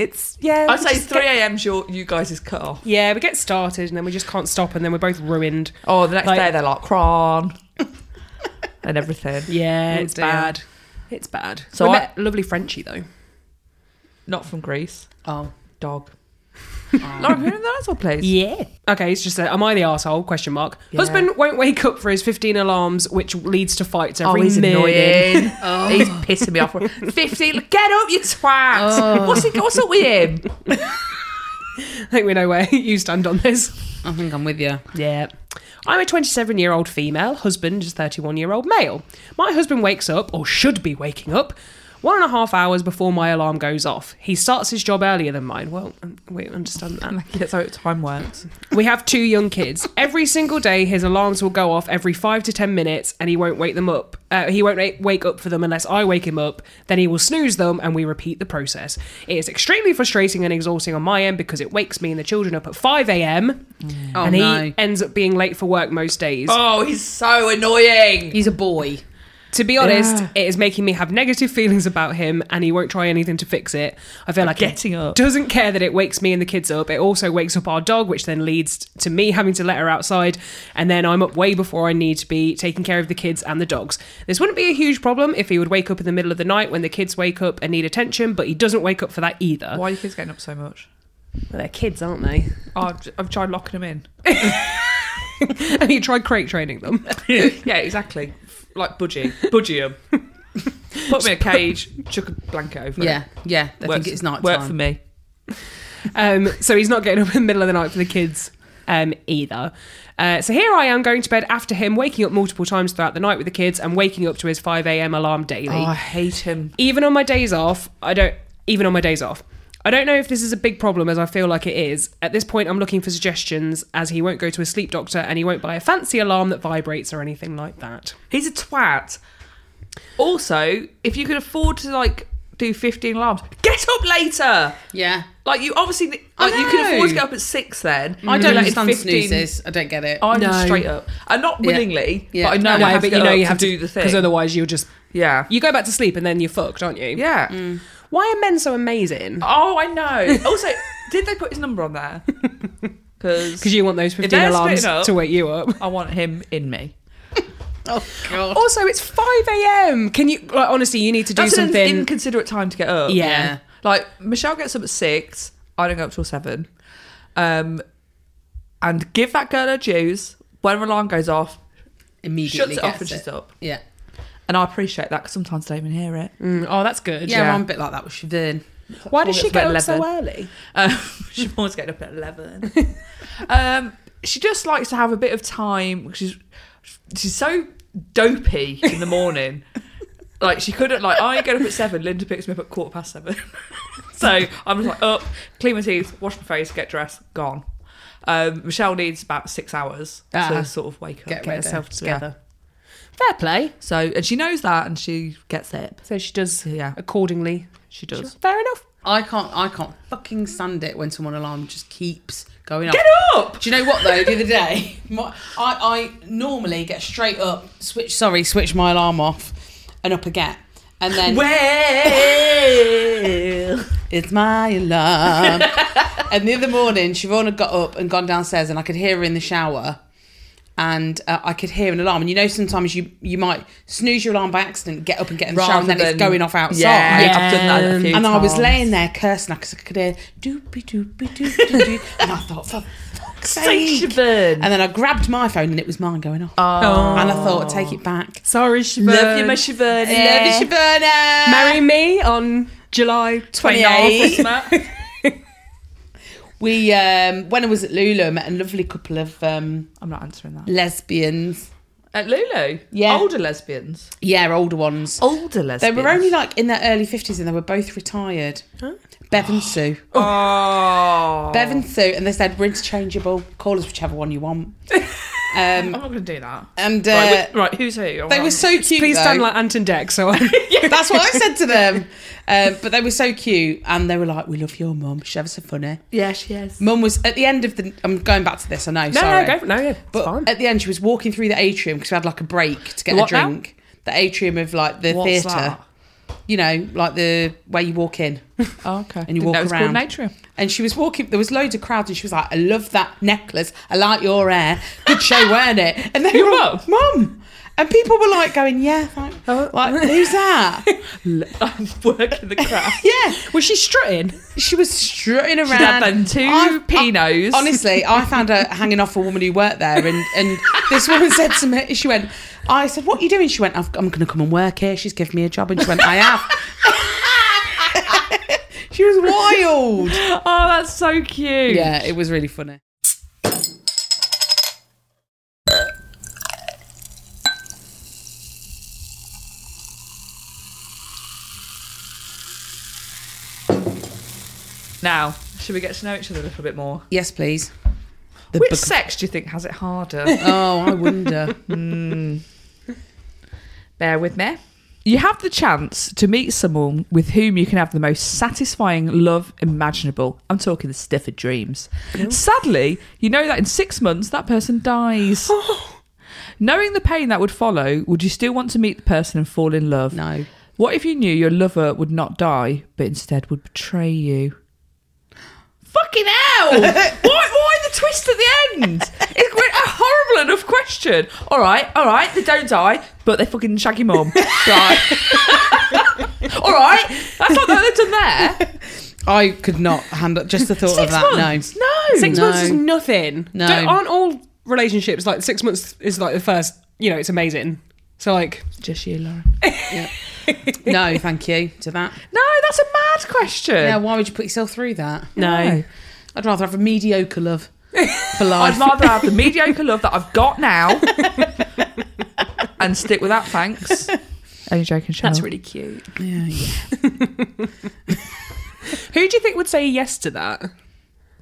It's, yeah. I'd we say just 3 get- a.m.'s your you guys is cut off. yeah, we get started and then we just can't stop and then we're both ruined. Oh, the next Like- day they're like cron (laughs) and everything. Yeah, Oh, it's dear. bad. It's bad. So So we I- met lovely Frenchie though. Not from Greece. Oh. Dog. Lauren, who in the asshole, please? Yeah. Okay, it's just a, am I the asshole? Question mark. Yeah. Husband won't wake up for his 15 alarms, which leads to fights Oh, every he's morning. (laughs) annoying. (laughs) He's pissing me off. Fifteen. Get up, you twat. What's, he, what's up with him? I think we know where (laughs) you stand on this. I think I'm with you. Yeah. I'm a 27 year old female, husband is 31 year old male. My husband wakes up, or should be waking up, one and a half hours before my alarm goes off. He starts his job earlier than mine. Well, um, we understand that. (laughs) Like, that's how time works. We have two young kids. Every single day, his alarms will go off every five to ten minutes, and he won't wake them up. Uh, he won't wa- wake up for them unless I wake him up. Then he will snooze them, and we repeat the process. It is extremely frustrating and exhausting on my end because it wakes me and the children up at five a.m. Oh, and he no. ends up being late for work most days. Oh, he's so annoying. He's a boy. To be honest, Yeah. it is making me have negative feelings about him, and he won't try anything to fix it. I feel like he getting up. doesn't care that it wakes me and the kids up. It also wakes up our dog, which then leads to me having to let her outside, and then I'm up way before I need to be taking care of the kids and the dogs. This wouldn't be a huge problem if he would wake up in the middle of the night when the kids wake up and need attention, but he doesn't wake up for that either. Why are your kids getting up so much? Well, they're kids, aren't they? (laughs) Oh, I've, I've tried locking him in. Have you tried crate training them? yeah, exactly. Like budgie, budgie (laughs) him. Put me in a cage, chuck a blanket over Yeah, it. yeah. I Works- think it's night Work for time. me. Um, so he's not getting up in the middle of the night for the kids um, either. Uh, so here I am going to bed after him, waking up multiple times throughout the night with the kids and waking up to his 5 a.m. alarm daily. Oh, I hate him. Even on my days off, I don't. Even on my days off. I don't know if this is a big problem as I feel like it is. At this point, I'm looking for suggestions as he won't go to a sleep doctor and he won't buy a fancy alarm that vibrates or anything like that. He's a twat. Also, if you could afford to like do 15 alarms, get up later. Yeah. Like you obviously, like I you can afford know. to get up at six. Then Mm. I don't Like, understand 15 snoozes. I don't get it. I'm No. straight up, and not willingly, Yeah. but I know. No, I have to get up to to- do the thing. because otherwise you'll just yeah, you go back to sleep and then you're fucked, aren't you? yeah. Why are men so amazing? Oh, I know. Also, did they put his number on there? because Because you want those If 15 they're alarms splitting up- to wake you up. I want him in me. Oh god. Also, it's 5 a.m. Can you, like, honestly, you need to do That's an something. inconsiderate time to get up. Yeah. Like Michelle gets up at six. I don't go up till seven. Um, and give that girl her dues. When her alarm goes off, Immediately shuts it off gets and she's it. up. Yeah. And I appreciate that because sometimes I don't even hear it. Mm, oh, that's good. yeah. Yeah. I'm a bit like that with Siobhan. Why Well, does she it's about get up so 11. early? Um, (laughs) she always getting up at eleven. um, she just likes to have a bit of time. She's she's so dopey in the morning. like she couldn't like I get up at seven. Linda picks me up at quarter past seven. (laughs) so I'm just like up, clean my teeth, wash my face, get dressed, gone. Um, Michelle needs about six hours Ah. to sort of wake up, Get get, ready. herself Yeah. together. Fair play. So and she knows that, and she gets it. So she does Yeah, accordingly. she does. Fair enough. I can't I can't fucking stand it when someone alarm just keeps going off. Get up! Do you know what though? The other day, (laughs) my, I, I normally get straight up, switch sorry, switch my alarm off, and up again, and then Well. it's my alarm. (laughs) and the other morning, Siobhan had got up and gone downstairs, and I could hear her in the shower, and uh, I could hear an alarm. And you know, sometimes you you might snooze your alarm by accident, get up and get in the shower, and then it's going off outside. Yeah, I've done that a few And I was times. laying there cursing because I could hear doopy doopy doopy (laughs) doopy, and I thought, for fuck's sake. Siobhan. And then I grabbed my phone and it was mine going off. And I thought, take it back. Sorry, Siobhan. Love you, my Siobhan. Love you, Siobhan. Marry me on July 28th. 29th. We, um, when I was at Lulu, I met a lovely couple of um, I'm not answering that. lesbians. At Lulu? Yeah. Older lesbians. Yeah, older ones. Older lesbians. Oh, They were only like in their early 50s and they were both retired. Bev and Sue. Oh. Bev and Sue. And they said, we're interchangeable. Call us whichever one you want. I'm Um, not going to do that. and uh, right, we- right, who's who? I'm they were wrong. so cute. Please though. stand like Anton Deck. So That's what I said to them. Um, but they were so cute, and they were like, "We love your mum. She's ever so funny." Yeah, she is. Mum was at the end of the. I'm going back to this. I know. No, sorry. no, go for No, yeah, it's But uh, fine. at the end, she was walking through the atrium because we had like a break to get What a now? drink. The atrium of like the What's theatre. that? You know, like the where you walk in, Oh, okay. (laughs) And you walk that was around. called an atrium. and she was walking. There was loads of crowds, and she was like, "I love that necklace. I like your hair. Good show, (laughs) weren't it?" And they Your were, all, "Mum," and people were like going, "Yeah, (laughs) like, Oh. like (laughs) who's that?" I'm working the craft. yeah, was she strutting? She was strutting around. had them two Pinots. honestly, I found her hanging off a woman who worked there, and, and this woman said to me, she went, I said, "What are you doing?" She went, "I've- "I'm going to come and work here." She's given me a job, and she went, "I have." (laughs) she was wild. (laughs) Oh, that's so cute. Yeah, it was really funny. Now, should we get to know each other a little bit more? Yes, please. The Which book- sex do you think has it harder? oh, I wonder. Bear with me. You have the chance to meet someone with whom you can have the most satisfying love imaginable. I'm talking the stuff of dreams. Sadly, you know that in six months that person (gasps) dies. Knowing the pain that would follow, would you still want to meet the person and fall in love? No, What if you knew your lover would not die, but instead would betray you? Fucking (laughs) hell! why, why the twist at the end? It's quite a horrible enough question. All right, all right, they don't die, but they fucking shag your mum. (laughs) Right. all right, that's not that they've done there. I could not handle just the thought of Six that. months? No. No. Six No. months is nothing. No. Don't- aren't all relationships like six months is like the first? You know, it's amazing. So like, Just you, Lauren. No, thank you to that. No, that's a mad question. Yeah, why would you put yourself through that? No. I'd rather have a mediocre love for I'd life. rather (laughs) have the mediocre love that I've got (laughs) now and stick with that, thanks. Only joking, Cheryl. That's really cute. Yeah, yeah. Who do you think would say yes to that?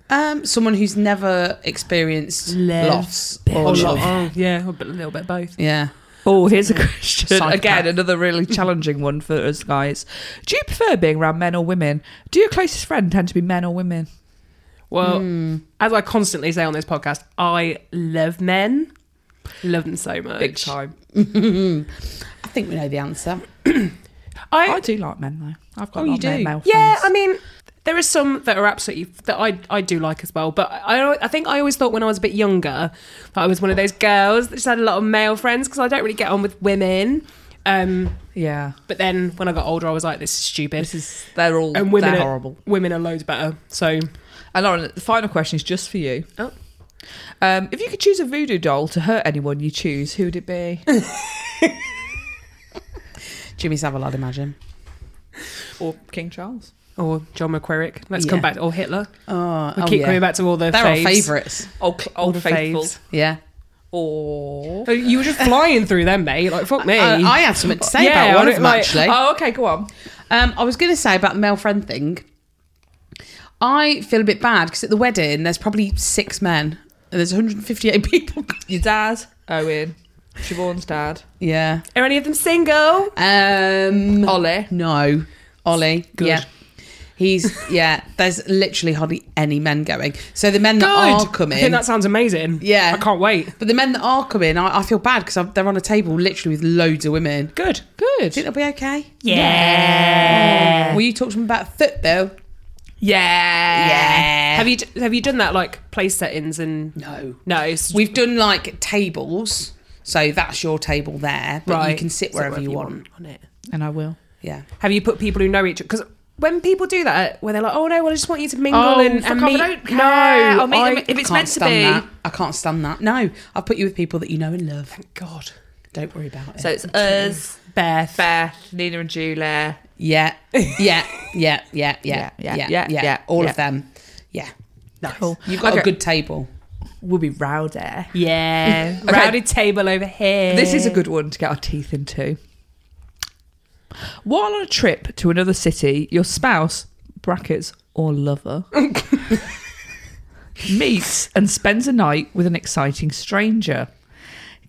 Um, someone who's never experienced Love. loss or Oh, Love. love. yeah, a, bit, a little bit both. Yeah. (laughs) Oh, here's a question. Psychopath. Again, another really challenging one for us guys. Do you prefer being around men or women? Do your closest friend tend to be men or women? Well, as I constantly say on this podcast, I love men. Love them so much. Big time. I think we know the answer. I I, do like men though. I've got Oh, a lot you of male- do? male yeah. I friends. mean, There are some that are absolutely that I I do like as well, but I I I think I always thought when I was a bit younger that I was one of those girls that just had a lot of male friends because I don't really get on with women. Um, Yeah. but then when I got older, I was like, this is stupid. This is they're all and women they're are horrible. Women are loads better. So And Lauren, the final question is just for you. Oh. Um, if you could choose a voodoo doll to hurt anyone you choose, who would it (laughs) be? Jimmy Savile, I'd imagine. or King Charles? or John McQuarrick. Let's Yeah. come back or Hitler. Oh, We oh, keep yeah. coming back to all the They're faves. our favourites. Old, cl- old the faithful. faves. Yeah. Or So Oh, You were just flying through them, mate. Like fuck me. Uh, I have something to say Yeah, about one I of them, don't like- actually. oh, okay, go on. Um, I was going to say about the male friend thing. I feel a bit bad because at the wedding there's probably six men and there's 158 (laughs) people. Your dad, Owen, Siobhan's dad, yeah. are any of them single? Um, Ollie. no, Ollie. Good. Yeah. He's yeah. There's literally hardly any men going. So the men that are I think coming, that sounds amazing. Yeah. I can't wait. but the men that are coming, I, I feel bad because they're on a table literally with loads of women. Good. Do you Good. think they'll be okay? Eh. Yeah. Will you talk to them about football? Yeah. Yeah. Have you d- have you done that like place settings and No. no? it's- We've done like tables, so that's your table there, but you can sit Sit wherever you want. on it. And I will. Yeah. Have you put people who know each other? Because when people do that, where they're like, "Oh no, well I just want you to mingle and, fuck and off, I meet," don't care. no, I'll meet I- them if it's Can't meant to stand be. that. I can't stand that. No, I've put you with people that you know and love. God, Don't worry about it. So it's us, Beth, Beth, Nina, and Julia. yeah, yeah, yeah, (laughs) yeah, yeah, Yeah, yeah, yeah, yeah, yeah, yeah, yeah, All yeah. of them. Yeah. Cool. You've got Okay. a good table. We'll be rowdy. (laughs) yeah, Okay. rowdy table over here. This is a good one to get our teeth into. While on a trip to another city, your spouse (brackets or (laughs) lover) meets and spends a night with an exciting stranger.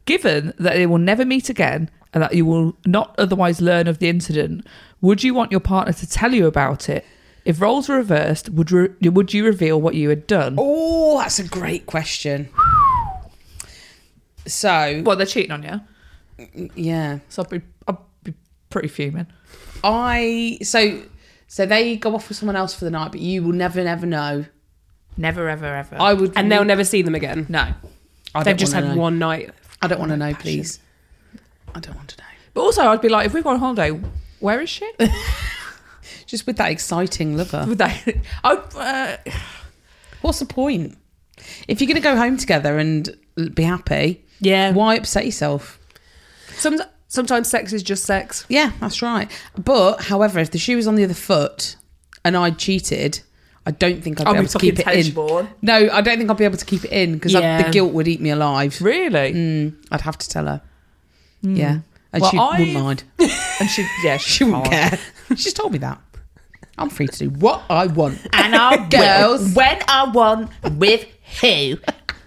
Given that they will never meet again and that you will not otherwise learn of the incident, would you want your partner to tell you about it? If roles were reversed, would re- would you reveal what you had done? Oh, that's a great question. So, Well, they're cheating on you, yeah, so I'd be, I'd be pretty fuming. I so so they go off with someone else for the night, but you will never, never know. Never, ever, ever. I would, and they'll never see them again. no. I They've don't just had wanna know. one night. I don't want to know, please. I don't want to know. But also, I'd be like, if we go on holiday, where is (laughs) she? Just with that exciting lover. Would they? I, uh, What's the point? If you're going to go home together and l- be happy, Yeah. why upset yourself? Some, sometimes sex is just sex. Yeah, that's right. But however, if the shoe was on the other foot and I cheated, I don't think I'd I'll be be able to fucking keep it in. Tedgeborn. No, I don't think I'd be able to keep it in because Yeah. the guilt would eat me alive. Really? Mm, I'd have to tell her. Yeah, Mm. and Well, she I've- wouldn't (laughs) mind. And she, yeah, (laughs) She wouldn't care. She's told me that. I'm free to do what I want. And (laughs) I'll Girls. when I want with who?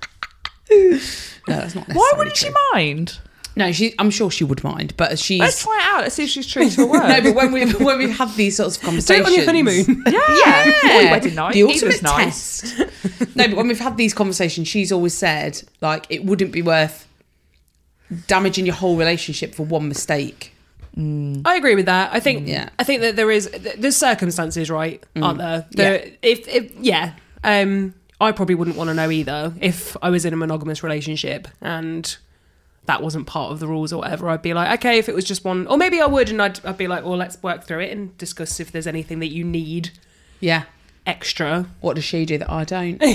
(laughs) No, that's not. Why necessarily wouldn't she true. mind? No, she. I'm sure she would mind, but she's. Let's try it out. Let's see if she's true (laughs) to her word. no, but when we when we've had these sorts of Do it conversations on your honeymoon. yeah, (laughs) Yeah, Or wedding night. the Either's ultimate nice. test. no, but when we've had these conversations, she's always said like it wouldn't be worth damaging your whole relationship for one mistake. I agree with that. I think. Mm, Yeah. Mm. I think that there is th- there's circumstances, right? Aren't there? There- If if yeah, um, I probably wouldn't want to know either if I was in a monogamous relationship and that wasn't part of the rules or whatever. I'd be like, okay, if it was just one, or maybe I would, and I'd I'd be like, well, let's work through it and discuss if there's anything that you need Yeah. extra. What does she do that I don't? (laughs)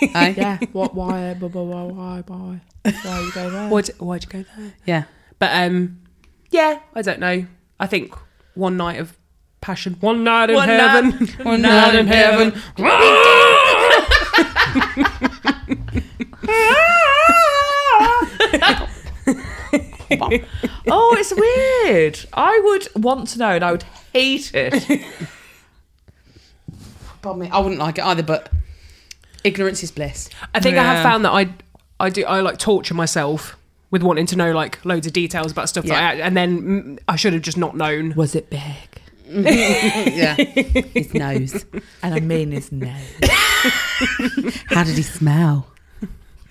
Yeah. What? Why? Why? Why? Why? Why? Why you go (laughs) there? Why'd, why'd you go there? Yeah. But um, yeah, I don't know. I think one night of passion, one night in One heaven, One night in heaven. oh, it's weird. I would want to know, and I would hate (laughs) it. Pardon me. I wouldn't like it either, but ignorance is bliss. I think I Yeah. have found that I I do I like torture myself with wanting to know like loads of details about stuff that I, and then mm, I should have just not known. Was it big? Yeah. His nose. And I mean, his (laughs) name. How did he smell?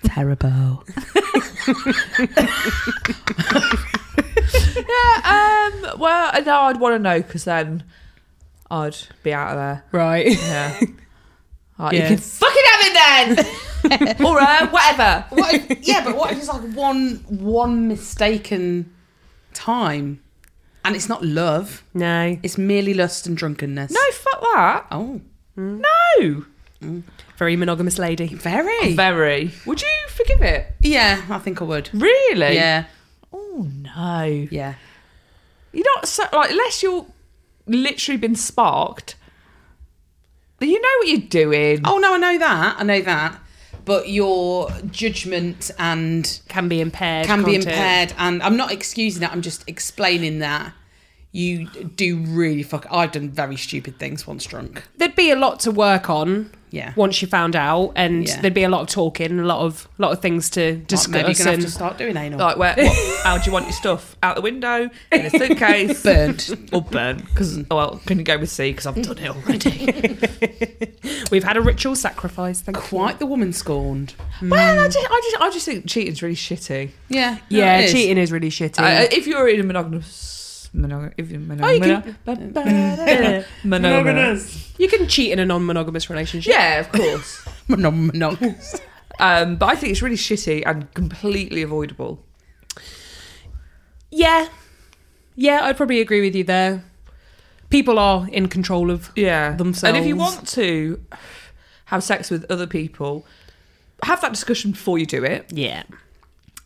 Terrible. Yeah, um, well, no, I'd want to know because then I'd be out of there. Right. (laughs) Yeah. Like, Yeah. You can fucking have it then! All right, whatever. (laughs) What if, yeah, but what if it's like one one mistaken time, and it's not love; (laughs) No. it's merely lust and drunkenness. No, fuck that. Oh, No. Mm. Very monogamous lady. very. Very. Would you forgive it? Yeah, I think I would. Really? Yeah, Oh, no. yeah. You're not so like unless you're literally been sparked. You know what you're doing. Oh no, I know that. I know that. But your judgment and Can be impaired. can be can't it? impaired, and I'm not excusing that. I'm just explaining that you do really fuck. I've done very stupid things once drunk. There'd be a lot to work on. Yeah. Once you found out, and Yeah. there'd be a lot of talking, a lot of lot of things to Like, maybe you're gonna discuss. have and- to start doing anal. Like where? What, how do you want your stuff? Out the window in a suitcase, (laughs) burnt. (laughs) or burnt? Because well, couldn't go with C because I've done it already. We've had a ritual sacrifice. Thank you. Quite the woman scorned. well, I just, I just, I just think cheating's really shitty. Yeah. no, Yeah, it is. cheating is really shitty. Uh, if you're in a monogamous, monog- if you're Oh, you monogamous, can- monogamous, (laughs) you can cheat in a non-monogamous relationship. yeah, of course. (laughs) Monom- monom- Um, but I think it's really shitty and completely avoidable. Yeah. Yeah, I'd probably agree with you there. People are in control of yeah and if you themselves. want to have sex with other people have that discussion before you do it Yeah.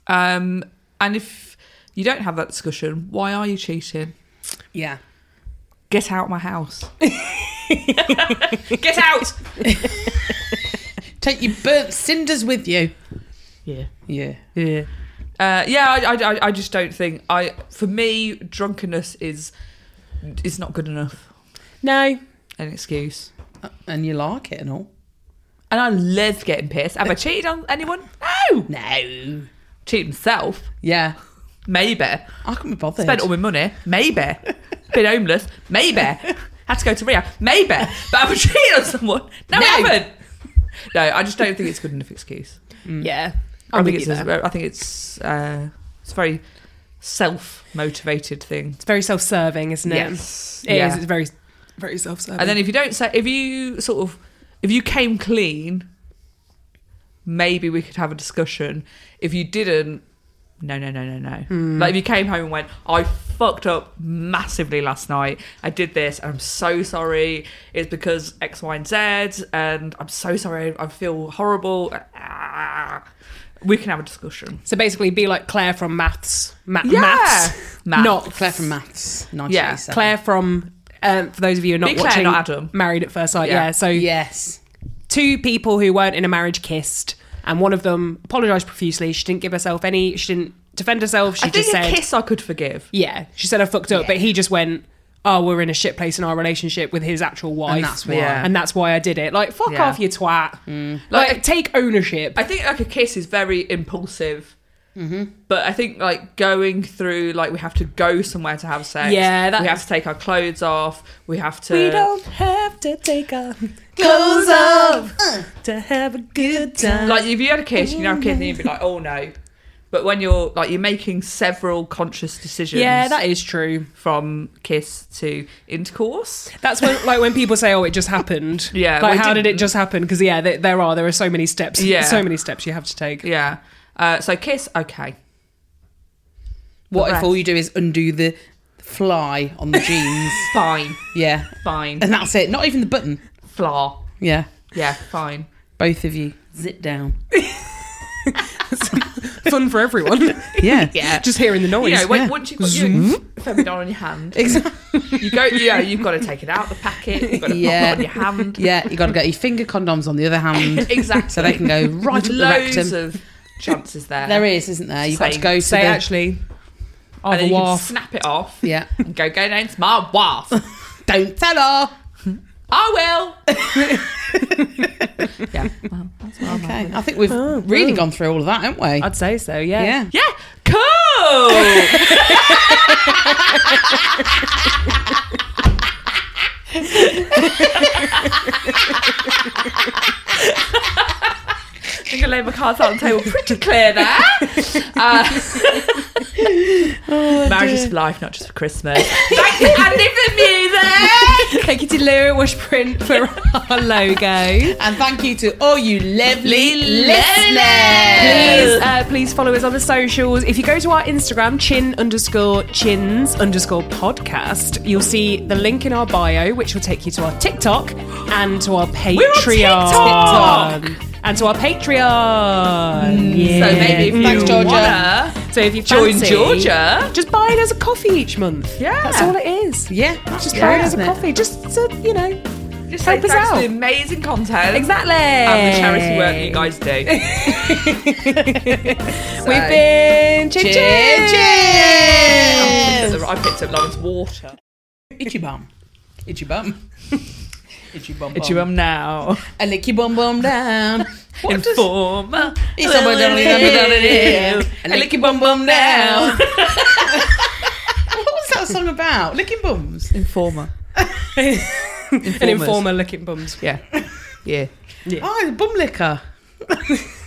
um and if you don't have that discussion why are you cheating yeah. get out my house get out Take your burnt cinders with you. Yeah. Yeah. Yeah. uh yeah I, I I- i just don't think i for me drunkenness is is not good enough No. an excuse Uh, And you like it and all. and i love getting pissed have i cheated on anyone no No. cheated myself Yeah. maybe I couldn't be bothered. spent all my money, maybe. Been homeless, maybe. Had to go to rehab, maybe. But (laughs) I've cheated on someone. No, I No. haven't. No, I just don't think it's good enough excuse. Yeah. I I'm think with it's you there. a, I think it's uh, it's a very self motivated thing. It's very self-serving, isn't it? Yes, It is. yeah. It's very very self-serving. And then if you don't say, if you sort of, if you came clean, maybe we could have a discussion. If you didn't, no, no, no, no, no. Like if you came home and went, I fucked up massively last night. I did this. I'm so sorry. It's because X, Y, and Z, and I'm so sorry. I feel horrible. Ah. We can have a discussion. so basically be like Claire from maths. Ma- Yeah. Maths. Maths. Not Claire from Maths. Yeah, Yeah. Claire from um, for those of you who are not Be Claire, watching not Adam. Married at First Sight. Yeah. Yeah. So Yes. two people who weren't in a marriage kissed and one of them apologized profusely. She didn't give herself any she didn't defend herself. I She think just a said kiss I could forgive. Yeah, she said I fucked up, Yeah. but he just went, "Oh, we're in a shit place in our relationship with his actual wife, that's why. Yeah. and that's why I did it." Like, fuck Yeah. off, you twat! Like, Like- take ownership. I think like a kiss is very impulsive. Mm-hmm. But I think like going through like we have to go somewhere to have sex. Yeah, that- we have to take our clothes off. We have to. we don't have to take our Close clothes up. off to have a good time. Like if you had a kiss, you can have a kiss and you'd be like, oh no. But when you're like you're making several conscious decisions. yeah, that is true. from kiss to intercourse. That's when, like, when people say, "Oh, it just happened." Yeah, like, well, it how did it didn't. just happen? Because yeah, there, there are there are so many steps. Yeah. so many steps you have to take. Yeah. Uh, so kiss, okay. What if breath. all you do is undo the fly on the (laughs) jeans? Fine, Yeah. fine. And that's it. Not even the button. Flaw. Yeah. Yeah, fine. Both of you. Zit down. Fun for everyone. (laughs) Yeah. Yeah. just hearing the noise. You know, when, yeah. once you've got your feminine on your hand, (laughs) Exactly. you go. Yeah, you've got to take it out of the packet. You've got to Yeah. put it on your hand. Yeah. You got to get your finger condoms on the other (laughs) hand. Exactly. So they can go right up the Loads rectum. of chances there. There is, isn't there? You've got to Same. go to Say the- actually, au And then you can revoir. snap it off Yeah. and go, go down to my (laughs) wife. Don't tell her. I (laughs) will. yeah. Okay. I think we've really gone through all of that, haven't we? I'd say so. Yeah. yeah. Yeah. Cool. I'm gonna lay my cards out on the table pretty clear there. Uh, Oh, marriages for life, not just for Christmas. Thank you, Andy, for the music. Take it to Lyra was print for our logo. And thank you to all you lovely Please, listeners. uh, please follow us on the socials. If you go to our Instagram, chin underscore chins underscore podcast, you'll see the link in our bio, which will take you to our TikTok and to our Patreon. TikTok! And to our Patreon. Yeah. So maybe if Thanks, you Georgia. wanna So if you've join Georgia, just buying us a coffee each month. Yeah. that's all it is. Yeah, Just yeah, buying us a isn't it? coffee, just to you know, just help say us thanks for out. the amazing content exactly. and the charity work that you guys (laughs) do. We've been chin Cheers, cheers. I picked up Lauren's water. Itchy bum. Itchy bum. (laughs) Itchy bum. It's your mum now. A licky bum bum down. What does- Informer. It's all about down, down, down, down, down. A licky bum bum down. (laughs) what was that song about? Licking bums. Informer. An informer looking bums. Yeah. Yeah. Oh, the bum licker.